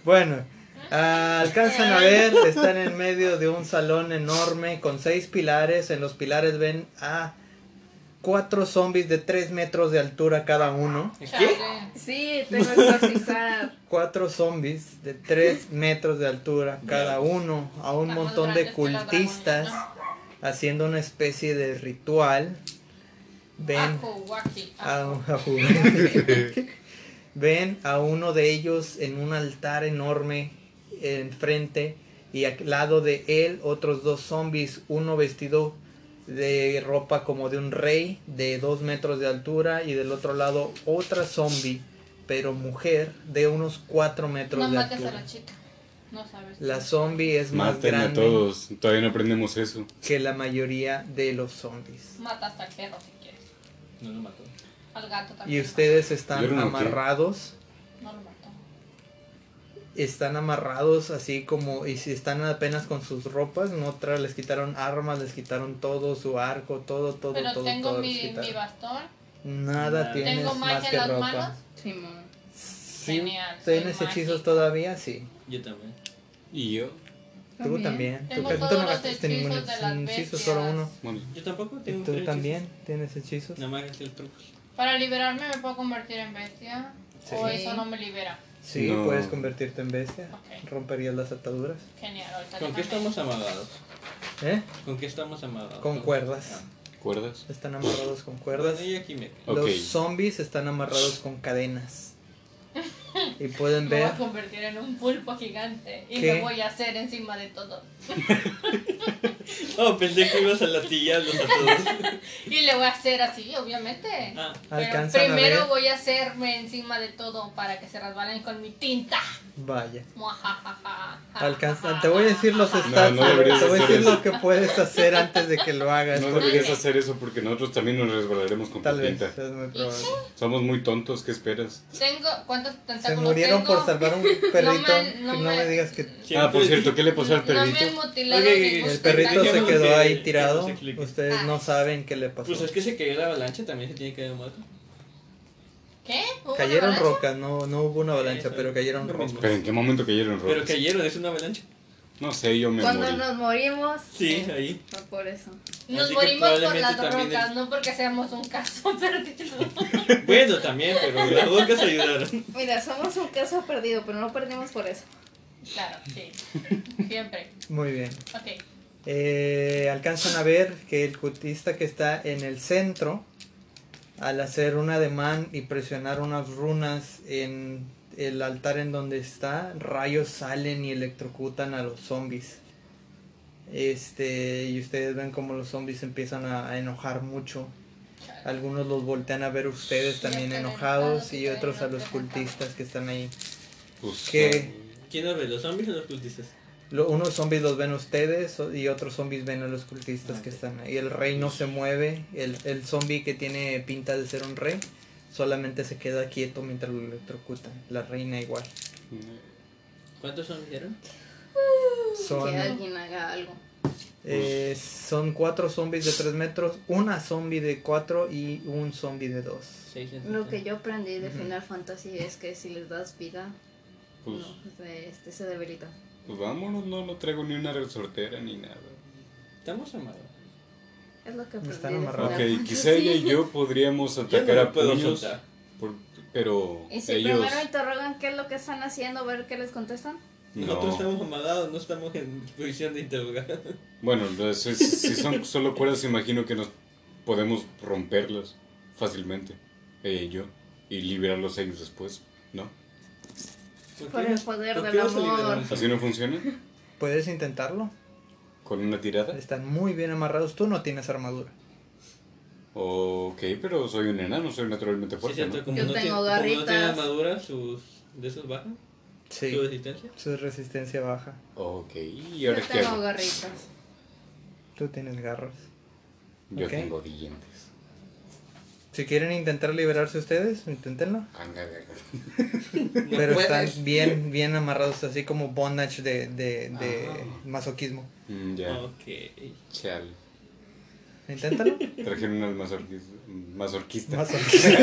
S3: Bueno, ah, alcanzan a ver, están en medio de un salón enorme con seis pilares. En los pilares ven a cuatro zombies de tres metros de altura cada uno.
S4: ¿Qué?
S1: Chale.
S2: Sí, tengo exorcizar.
S3: Cuatro zombies de tres metros de altura cada uno. A un
S1: Estamos
S3: montón de
S1: grandes que los
S3: cultistas
S1: dragones,
S3: haciendo una especie de ritual. Ven
S1: Ajo, guaki,
S3: a,
S1: ajo.
S3: Ah, a jugar. Ven a uno de ellos en un altar enorme enfrente y al lado de él otros dos zombies, uno vestido de ropa como de un rey de dos metros de altura y del otro lado otra zombie, pero mujer de unos cuatro metros
S1: No
S3: de
S1: mates a
S3: altura.
S1: la chica. No sabes.
S3: La zombie es más
S5: Maten a
S3: grande
S5: todos. Todavía no aprendemos eso.
S3: que la mayoría de los zombies.
S1: Mata hasta el perro si quieres.
S4: No lo mató.
S1: Al gato también.
S3: Y ustedes están
S5: ¿Vieron o qué?
S3: amarrados.
S1: No lo mató.
S3: están amarrados así como y si están apenas con sus ropas no tra les quitaron armas les quitaron todo su arco todo todo
S1: Pero
S3: todo
S1: tengo
S3: todo les
S1: mi, mi
S3: quitaron.
S1: bastón.
S3: nada
S4: Nada.
S3: tienes
S1: Tengo magia
S3: más
S1: en
S3: que
S1: las
S3: ropa
S1: manos.
S2: Simón.
S3: Sí,
S1: Genial, soy
S3: tienes hechizos
S1: mágica.
S3: todavía sí
S4: Yo también.
S5: Y yo.
S3: tú también tú,
S1: Tengo
S3: casi- tú
S1: todos
S3: no
S1: los
S3: gastaste
S1: hechizos de
S3: ningún
S1: las
S3: hechizo solo
S1: bestias.
S3: uno
S5: Bueno,
S4: Yo tampoco
S3: y
S4: tengo
S3: tú
S4: tres
S3: también tienes hechizos
S4: hechizos. Nada más es el truco.
S1: Para liberarme me puedo convertir en bestia.
S3: Sí.
S1: O eso no me libera.
S3: sí
S5: No.
S3: puedes convertirte en bestia
S1: Ok.
S3: romperías las ataduras
S1: Genial, ahorita
S4: ¿Con qué
S1: déjame-
S4: estamos amarrados?
S3: ¿Eh?
S4: ¿Con qué estamos amarrados?
S3: con cuerdas
S4: Ah,
S5: ¿Cuerdas?
S3: Están amarrados con cuerdas.
S4: Bueno, y aquí me-
S5: Ok.
S3: Los zombies están amarrados con cadenas. Y pueden
S1: Me voy
S3: ver.
S1: a convertir en un pulpo gigante y
S3: ¿Qué?
S1: me voy a hacer encima de todo.
S4: Oh, pensé que ibas a latillarlos a todos.
S1: Y le voy a hacer así, obviamente.
S4: Ah,
S1: Pero
S3: Alcanzan a
S1: primero
S3: ver.
S1: voy a hacerme encima de todo para que se resbalen con mi tinta.
S3: Vaya.
S1: Muajajaja.
S3: Alcanzan. Te voy a decir los
S1: Jajaja.
S3: stats.
S5: no deberías
S3: te voy a
S5: hacer
S3: decir lo
S5: eso.
S3: que puedes hacer antes de que lo hagas.
S5: No
S3: porque
S5: deberías hacer eso porque nosotros también nos resbalaremos con
S3: Tal
S5: tu
S3: vez.
S5: pinta.
S3: Es muy probable.
S5: Somos muy tontos, ¿qué esperas?
S1: Tengo, ¿cuántos
S3: Se
S1: tentáculos
S3: murieron
S1: tengo?
S3: por salvar un perrito.
S1: No me- no
S3: que no
S1: me-
S3: me digas que.
S5: Ah, por cierto, ¿qué le pasó al
S1: No me han
S5: perrito?
S1: mutilado
S4: Ok, ok, ok.
S1: ningún
S3: El perrito se
S4: Dejemos
S1: tentáculo.
S3: quedó
S4: que-
S3: ahí
S4: que
S3: tirado.
S4: nos explique.
S3: Ustedes no saben qué le pasó.
S4: Pues es que se cayó la avalancha, también se tiene que dar muerto.
S1: ¿Qué? ¿Hubo una
S3: Cayeron
S1: avalancha?
S3: rocas, no, no hubo una avalancha,
S4: Eso,
S3: pero cayeron
S4: lo
S3: rocas.
S4: mismo.
S5: Pero ¿en qué momento cayeron
S4: Pero
S5: rocas?
S4: cayeron, es una avalancha. Eh.
S5: No sé, yo me
S2: Cuando
S5: morí.
S2: nos morimos.
S4: Sí, ahí.
S2: No por eso.
S1: Nos
S4: Así que
S1: morimos por
S4: probablemente
S1: las
S4: también
S1: rocas,
S4: es-
S1: no porque seamos un caso perdido.
S4: Bueno, también, pero las rocas ayudaron.
S2: Mira, somos un caso perdido, pero no perdimos por eso.
S1: claro, sí. Siempre.
S3: Muy bien.
S1: Ok.
S3: Eh, alcanzan a ver que el cultista que está en el centro, al hacer un ademán y presionar unas runas en el altar en donde está, rayos salen y electrocutan a los zombies. Este, y ustedes ven como los zombies empiezan a, a enojar mucho. Algunos los voltean a ver ustedes también
S1: están
S3: enojados
S1: enojados
S3: y
S1: y
S3: otros a
S1: también
S3: los
S1: los dejan.
S3: cultistas que están ahí.
S5: Pues,
S3: ¿Qué?
S4: ¿Quién nos ve, los zombies o los cultistas?
S3: Lo- unos zombies los ven ustedes o- y otros zombies ven a los cultistas que
S4: Ok.
S3: están ahí. El rey no se mueve. El, el zombie que tiene pinta de ser un rey solamente se queda quieto mientras lo electrocutan. La reina igual.
S5: pues,
S4: ¿Cuántos zombies eran?
S3: Son,
S2: Que alguien haga algo.
S3: eh, son cuatro zombies de tres metros, una zombie de cuatro y un zombie de dos.
S4: Seis. en
S2: Lo
S4: total.
S2: que yo aprendí de
S3: Ujú.
S2: Final Fantasy es que si les das vida,
S5: Pues,
S2: no, se, este, se debilita.
S5: pues vámonos, no, no traigo ni una resortera ni nada.
S4: Estamos amados.
S2: Es lo que aprendí.
S3: Están
S2: de
S3: amarrados.
S5: Ok,
S2: Final Fantasy.
S5: quizá ella y yo podríamos
S4: Yo
S5: atacar
S4: no
S5: a
S4: lo puedo
S5: puños,
S4: soltar.
S5: por- pero
S2: Y si
S5: ellos...
S2: primero interrogan qué es lo que están haciendo, ver qué les contestan.
S4: Nosotros
S5: No.
S4: estamos amadados, no estamos en posición de interrogar.
S5: Bueno, no, si, si son solo cuerdas, imagino que nos podemos romperlas fácilmente, ella y yo, y liberarlos a ellos después, ¿no?
S4: ¿Por
S2: Por
S4: qué?
S2: el poder
S4: ¿Por
S2: del
S4: qué vas a
S2: amor.
S4: liberar al
S5: ¿Así
S4: zombie?
S5: no funciona?
S3: ¿Puedes intentarlo?
S5: ¿Con una tirada?
S3: Están muy bien amarrados. Tú no tienes armadura.
S5: Ok, pero soy un enano, soy
S4: Sí,
S5: naturalmente
S4: es
S5: fuerte,
S4: cierto,
S5: ¿no?
S4: como
S2: Yo
S4: no
S2: tengo
S4: tiene, como no tiene
S2: garritas.
S4: armadura, sus, de esos bajan, su
S3: Sí.
S4: resistencia.
S3: Su resistencia baja.
S5: Ok, ¿y
S2: Yo
S5: ahora qué
S2: tengo
S5: hago?
S2: garritas.
S3: Tú tienes garras.
S5: Yo
S3: Ok.
S5: tengo dientes.
S3: Si quieren intentar liberarse ustedes, inténtenlo.
S5: Anga, anga, anga.
S4: No
S3: Pero
S4: puedes.
S3: están bien, bien amarrados, así como bondage de, de, de
S5: Ah.
S3: masoquismo.
S5: Mm, ya,
S3: Oh.
S4: Ok.
S5: chale.
S3: Inténtalo.
S5: Trajeron al masorquis- masorquista.
S3: Masoquismo.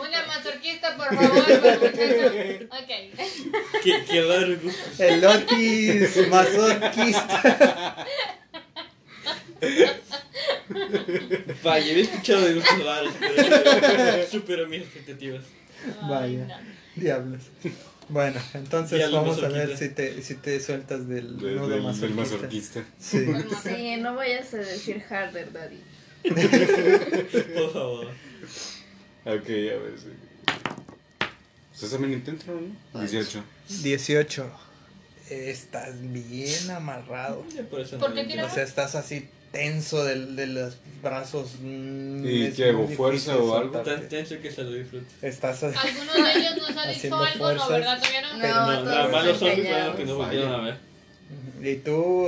S1: Una mazorquista, por favor, para el muchacho. Ok.
S4: Qué, qué largo.
S3: El Otis masoquista.
S4: Vaya, había escuchado de unos lugares, pero superó mis expectativas.
S3: Vaya. Diablos. Bueno, entonces
S4: Diablo
S3: vamos a ver
S4: masoquista.
S3: si te, si te sueltas del
S5: de-
S3: nudo
S5: del-
S3: masoquista.
S5: del masorquista.
S3: Sí.
S2: Sí, Pues, no vayas a decir harder, daddy.
S4: Por favor.
S5: Ok, a ver. sí. Pues ¿Ustedes también intentan, no?
S2: Pues.
S5: 18.
S3: 18. Estás bien amarrado.
S4: Ya por eso
S1: ¿Por
S4: no
S1: qué
S4: lo
S1: tira?
S3: O sea, estás así tenso de, de los brazos. mm,
S5: ¿Y
S3: es
S5: qué
S3: muy
S5: hago,
S3: difícil
S5: fuerza o algo?
S4: entiendo. Tan
S3: soltarte.
S4: tenso que se lo disfruto.
S3: Estás así.
S1: Alguno de ellos nos ha dicho
S3: Haciendo
S1: algo,
S3: fuerzas.
S1: ¿no? ¿Verdad? ¿Todavía no?
S2: No.
S4: No, nada
S2: todos
S4: más los
S2: están
S4: hombres fueron los
S2: callados.
S4: que nos volvieron a ver.
S3: Y tú,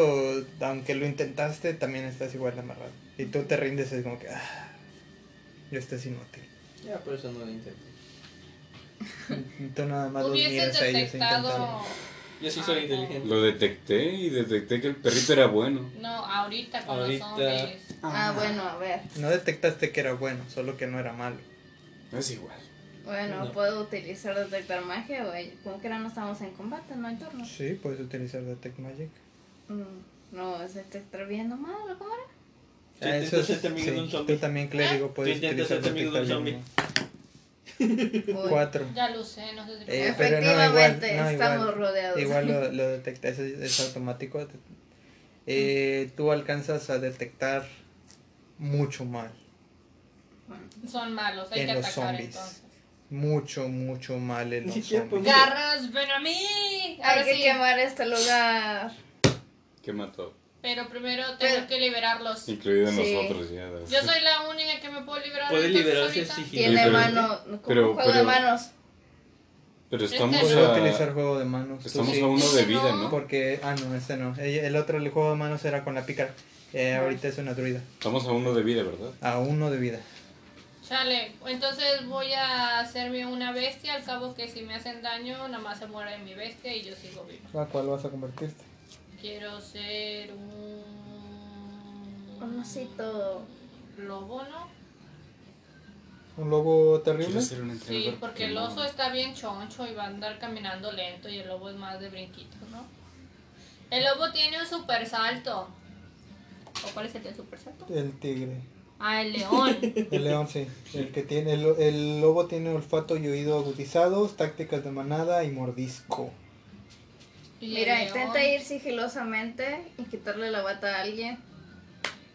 S3: aunque lo intentaste, también estás igual de amarrado. Y tú te rindes, es como que. Ah, este esto es inútil.
S4: Ya por eso no lo intento.
S3: Y tú nada más los miras
S1: Hubiese
S3: a ellos
S1: detectado.
S3: intentando.
S4: Yo sí soy
S1: Ay, Ah, no.
S4: inteligente.
S5: Lo detecté y detecté que el perrito era bueno.
S1: No, ahorita con
S4: Ahorita.
S1: los zombies.
S2: Ah, bueno, a ver.
S3: No detectaste que era bueno, solo que no era malo.
S5: Es igual.
S2: Bueno,
S4: No.
S2: puedo utilizar detectar magia, güey. Como que ahora no estamos en combate, no hay turno.
S3: Sí, puedes utilizar Detect Magic.
S2: Mm, No, es detectar bien nomás, ¿o ¿cómo era?
S3: Ah,
S4: Tú intentas hacerte amigo de un zombie.
S3: Tú también,
S2: ¿Eh?
S3: clérigo, puedes
S4: intentas
S3: utilizar
S4: hacerte amigo de
S3: Detectar
S4: un zombie.
S3: bien.
S2: Uy.
S3: Cuatro.
S1: Ya lo sé, no sé si lo
S3: Eh, pero no, igual-
S2: Efectivamente,
S3: no, igual-
S2: estamos rodeados.
S3: Igual lo, lo detecta, eso es, es automático. Eh, tú alcanzas a detectar mucho mal.
S1: Son malos, hay
S3: En
S1: que
S3: los
S1: atacar
S3: zombies.
S1: entonces.
S3: Mucho, mucho mal en
S4: Ni
S3: los
S4: siquiera
S3: zombies.
S4: podemos-
S1: ¡Garras, ven a mí! Ahora
S2: Hay que
S1: sí.
S2: quemar este lugar.
S5: ¿Qué mató?
S1: Pero primero tengo
S2: Pero-
S1: que liberarlos.
S5: Incluido
S2: Sí.
S5: nosotros, ya.
S1: Yo soy la única que me puedo liberar.
S4: Puede
S1: entonces,
S4: liberarse
S1: ahorita.
S4: sigilo.
S2: Tiene
S5: pero-
S2: mano. como
S5: pero-
S2: un juego de
S5: pero-
S2: manos.
S5: Pero estamos
S1: Este
S3: Puedo
S5: a,
S3: utilizar juego de manos. tú
S5: estamos
S3: sí.
S5: a uno de vida,
S1: No.
S5: ¿no?
S3: Porque, ah, no, este no. El, el otro, el juego de manos era con la pícara. Eh, ahorita es una druida.
S5: Estamos a uno de vida, ¿verdad?
S3: A uno de vida.
S1: Chale, entonces voy a hacerme una bestia. Al cabo que si me hacen daño, nada más se muere mi bestia y yo sigo vivo.
S3: ¿A cuál vas a este? convertirte?
S1: Quiero ser un.
S2: Un osito.
S1: Lobo, ¿no?
S3: ¿Un lobo
S5: Quiero
S3: terrible?
S5: ser un
S1: Sí,
S5: entrenador
S1: porque el
S5: Pokémon.
S1: oso está bien choncho y va a andar caminando lento y el lobo es más de brinquito, ¿no? El lobo tiene un super salto. ¿O cuál es el de super salto?
S3: El tigre.
S1: Ah, el león.
S3: El león, sí. El, que tiene, el, el lobo tiene olfato y oído agudizados, tácticas de manada y mordisco.
S1: Y el
S2: Mira,
S1: león,
S2: intenta ir sigilosamente y quitarle la bata a alguien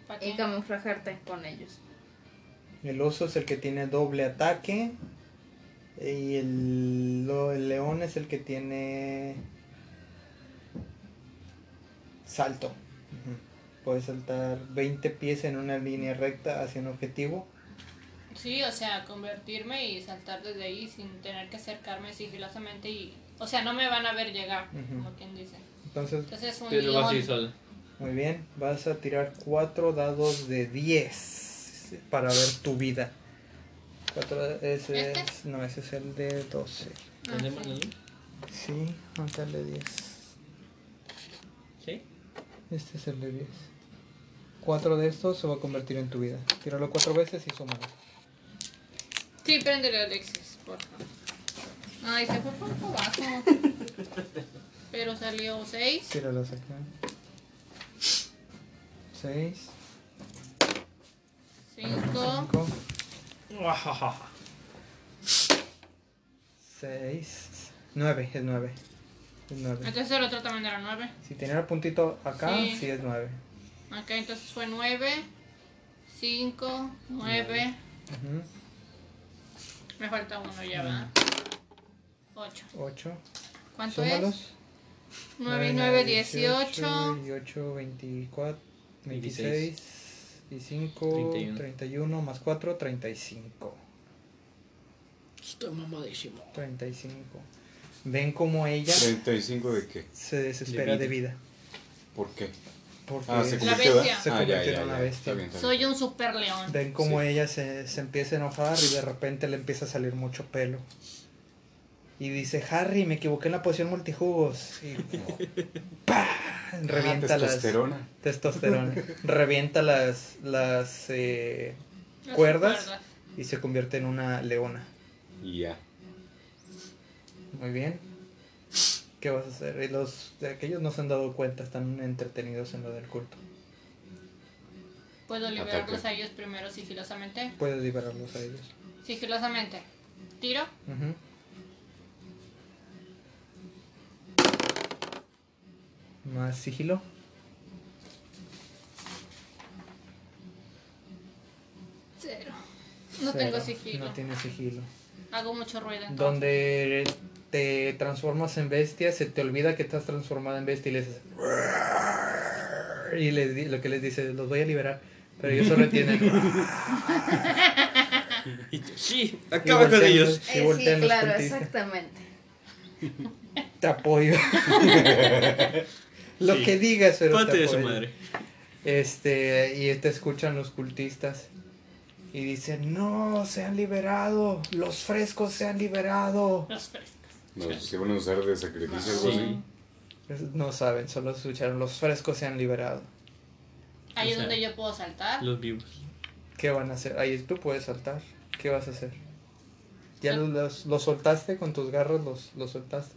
S1: ¿pa' qué?
S2: y camuflajarte con ellos.
S3: El oso es el que tiene doble ataque. Y el, lo- el león es el que tiene salto. Ujú. Puede saltar 20 pies en una línea recta hacia un objetivo.
S1: Sí, o sea, convertirme y saltar desde ahí sin tener que acercarme sigilosamente y... O sea, no me van a ver llegar,
S3: Ujú.
S1: como quien dice.
S3: Entonces,
S1: Entonces un
S4: Pero vas a ir
S1: león.
S4: sola.
S3: muy bien, vas a tirar 4 dados de 10 para ver tu vida. Cuatro, ese
S1: ¿Este?
S3: es- no, ese es el de 12.
S1: Ah,
S4: ¿Prendemos la luz?
S3: Sí, faltarle 10.
S4: ¿Sí?
S3: Este es el de 10. Cuatro de estos se va a convertir en tu vida. Tíralo cuatro veces y súmalo.
S1: Sí, préndele Alexis, por favor. Ay, se fue por abajo. Pero salió 6.
S3: Tíralos acá. Seis,
S1: 5.
S3: cinco. Seis. Nueve, es nueve. Es nueve.
S1: Entonces el otro también era 9.
S3: Si tenía el puntito acá,
S1: Sí.
S3: sí, es nueve.
S1: Acá entonces fue 9. 5, 9.
S3: Ujú.
S1: Me falta uno ya, ¿verdad? 8.
S3: Ocho.
S1: ¿Cuánto es?
S3: Súmalos.
S1: 9 y 9, 18.
S3: Y 8, 24, 26.
S4: Veintiséis.
S3: Y 5,
S4: 31.
S3: 31 más 4, 35.
S4: Estoy mamadísimo.
S3: 35. Ven como ella
S5: 35 de qué?
S3: se desespera
S4: De
S3: de vida.
S5: ¿por qué?
S3: Porque
S5: Ah, se
S1: La
S5: convirtió, ¿verdad?
S1: bestia.
S3: Se
S5: Ah, ya,
S3: convirtió en
S5: ya,
S3: una
S5: ya,
S3: bestia.
S5: está bien, está
S1: Soy
S5: bien.
S1: un super león.
S3: ven como
S5: Sí.
S3: ella se, se empieza a enojar y de repente le empieza a salir mucho pelo. Y dice, Harry, me equivoqué en la poción multijugos. Y ¡pah!
S5: Ah,
S3: revienta las
S5: testosterona.
S3: testosterona. revienta las, las eh,
S1: Las
S3: cuerdas. y se convierte en una leona.
S5: Y ya.
S3: Muy bien. ¿Qué vas a hacer? Y los de aquellos no se han dado cuenta, están entretenidos en lo del culto.
S1: Puedo liberarlos
S5: Ataque.
S1: a ellos primero sigilosamente.
S3: Puedes liberarlos a ellos.
S1: Sigilosamente. Tiro.
S3: Ujú. Más sigilo.
S1: Cero. No
S3: Cero.
S1: tengo sigilo.
S3: No tienes sigilo.
S1: Hago mucho ruido entonces.
S3: Donde te transformas en bestia, se te olvida que estás transformada en bestia y les haces- y les di- lo que les dices, los voy a liberar. Pero ellos solo tienen.
S4: Y tú, sí,
S3: Y
S4: acaba con
S3: voltean
S4: ellos.
S3: los-
S2: Eh,
S3: y
S2: sí,
S3: voltean los
S2: claro,
S3: puntitos.
S2: exactamente.
S3: Te apoyo. lo
S4: Sí.
S3: que digas, pero te
S4: Parte de su
S3: apoyo.
S4: madre.
S3: Este, y te escuchan los cultistas. Y dicen, no, se han liberado, los frescos se han liberado.
S1: Los frescos.
S5: Nos iban a pues, usar de sacrificio algo
S4: Sí.
S5: así.
S3: No saben, solo escucharon, los frescos se han liberado.
S1: Ahí
S4: O
S1: es
S4: sea,
S1: donde yo puedo saltar.
S4: Los vivos.
S3: ¿Qué van a hacer? Ahí tú puedes saltar. ¿Qué vas a hacer? ¿Ya
S1: Ah.
S3: los, los soltaste con tus garras? ¿Los, los soltaste?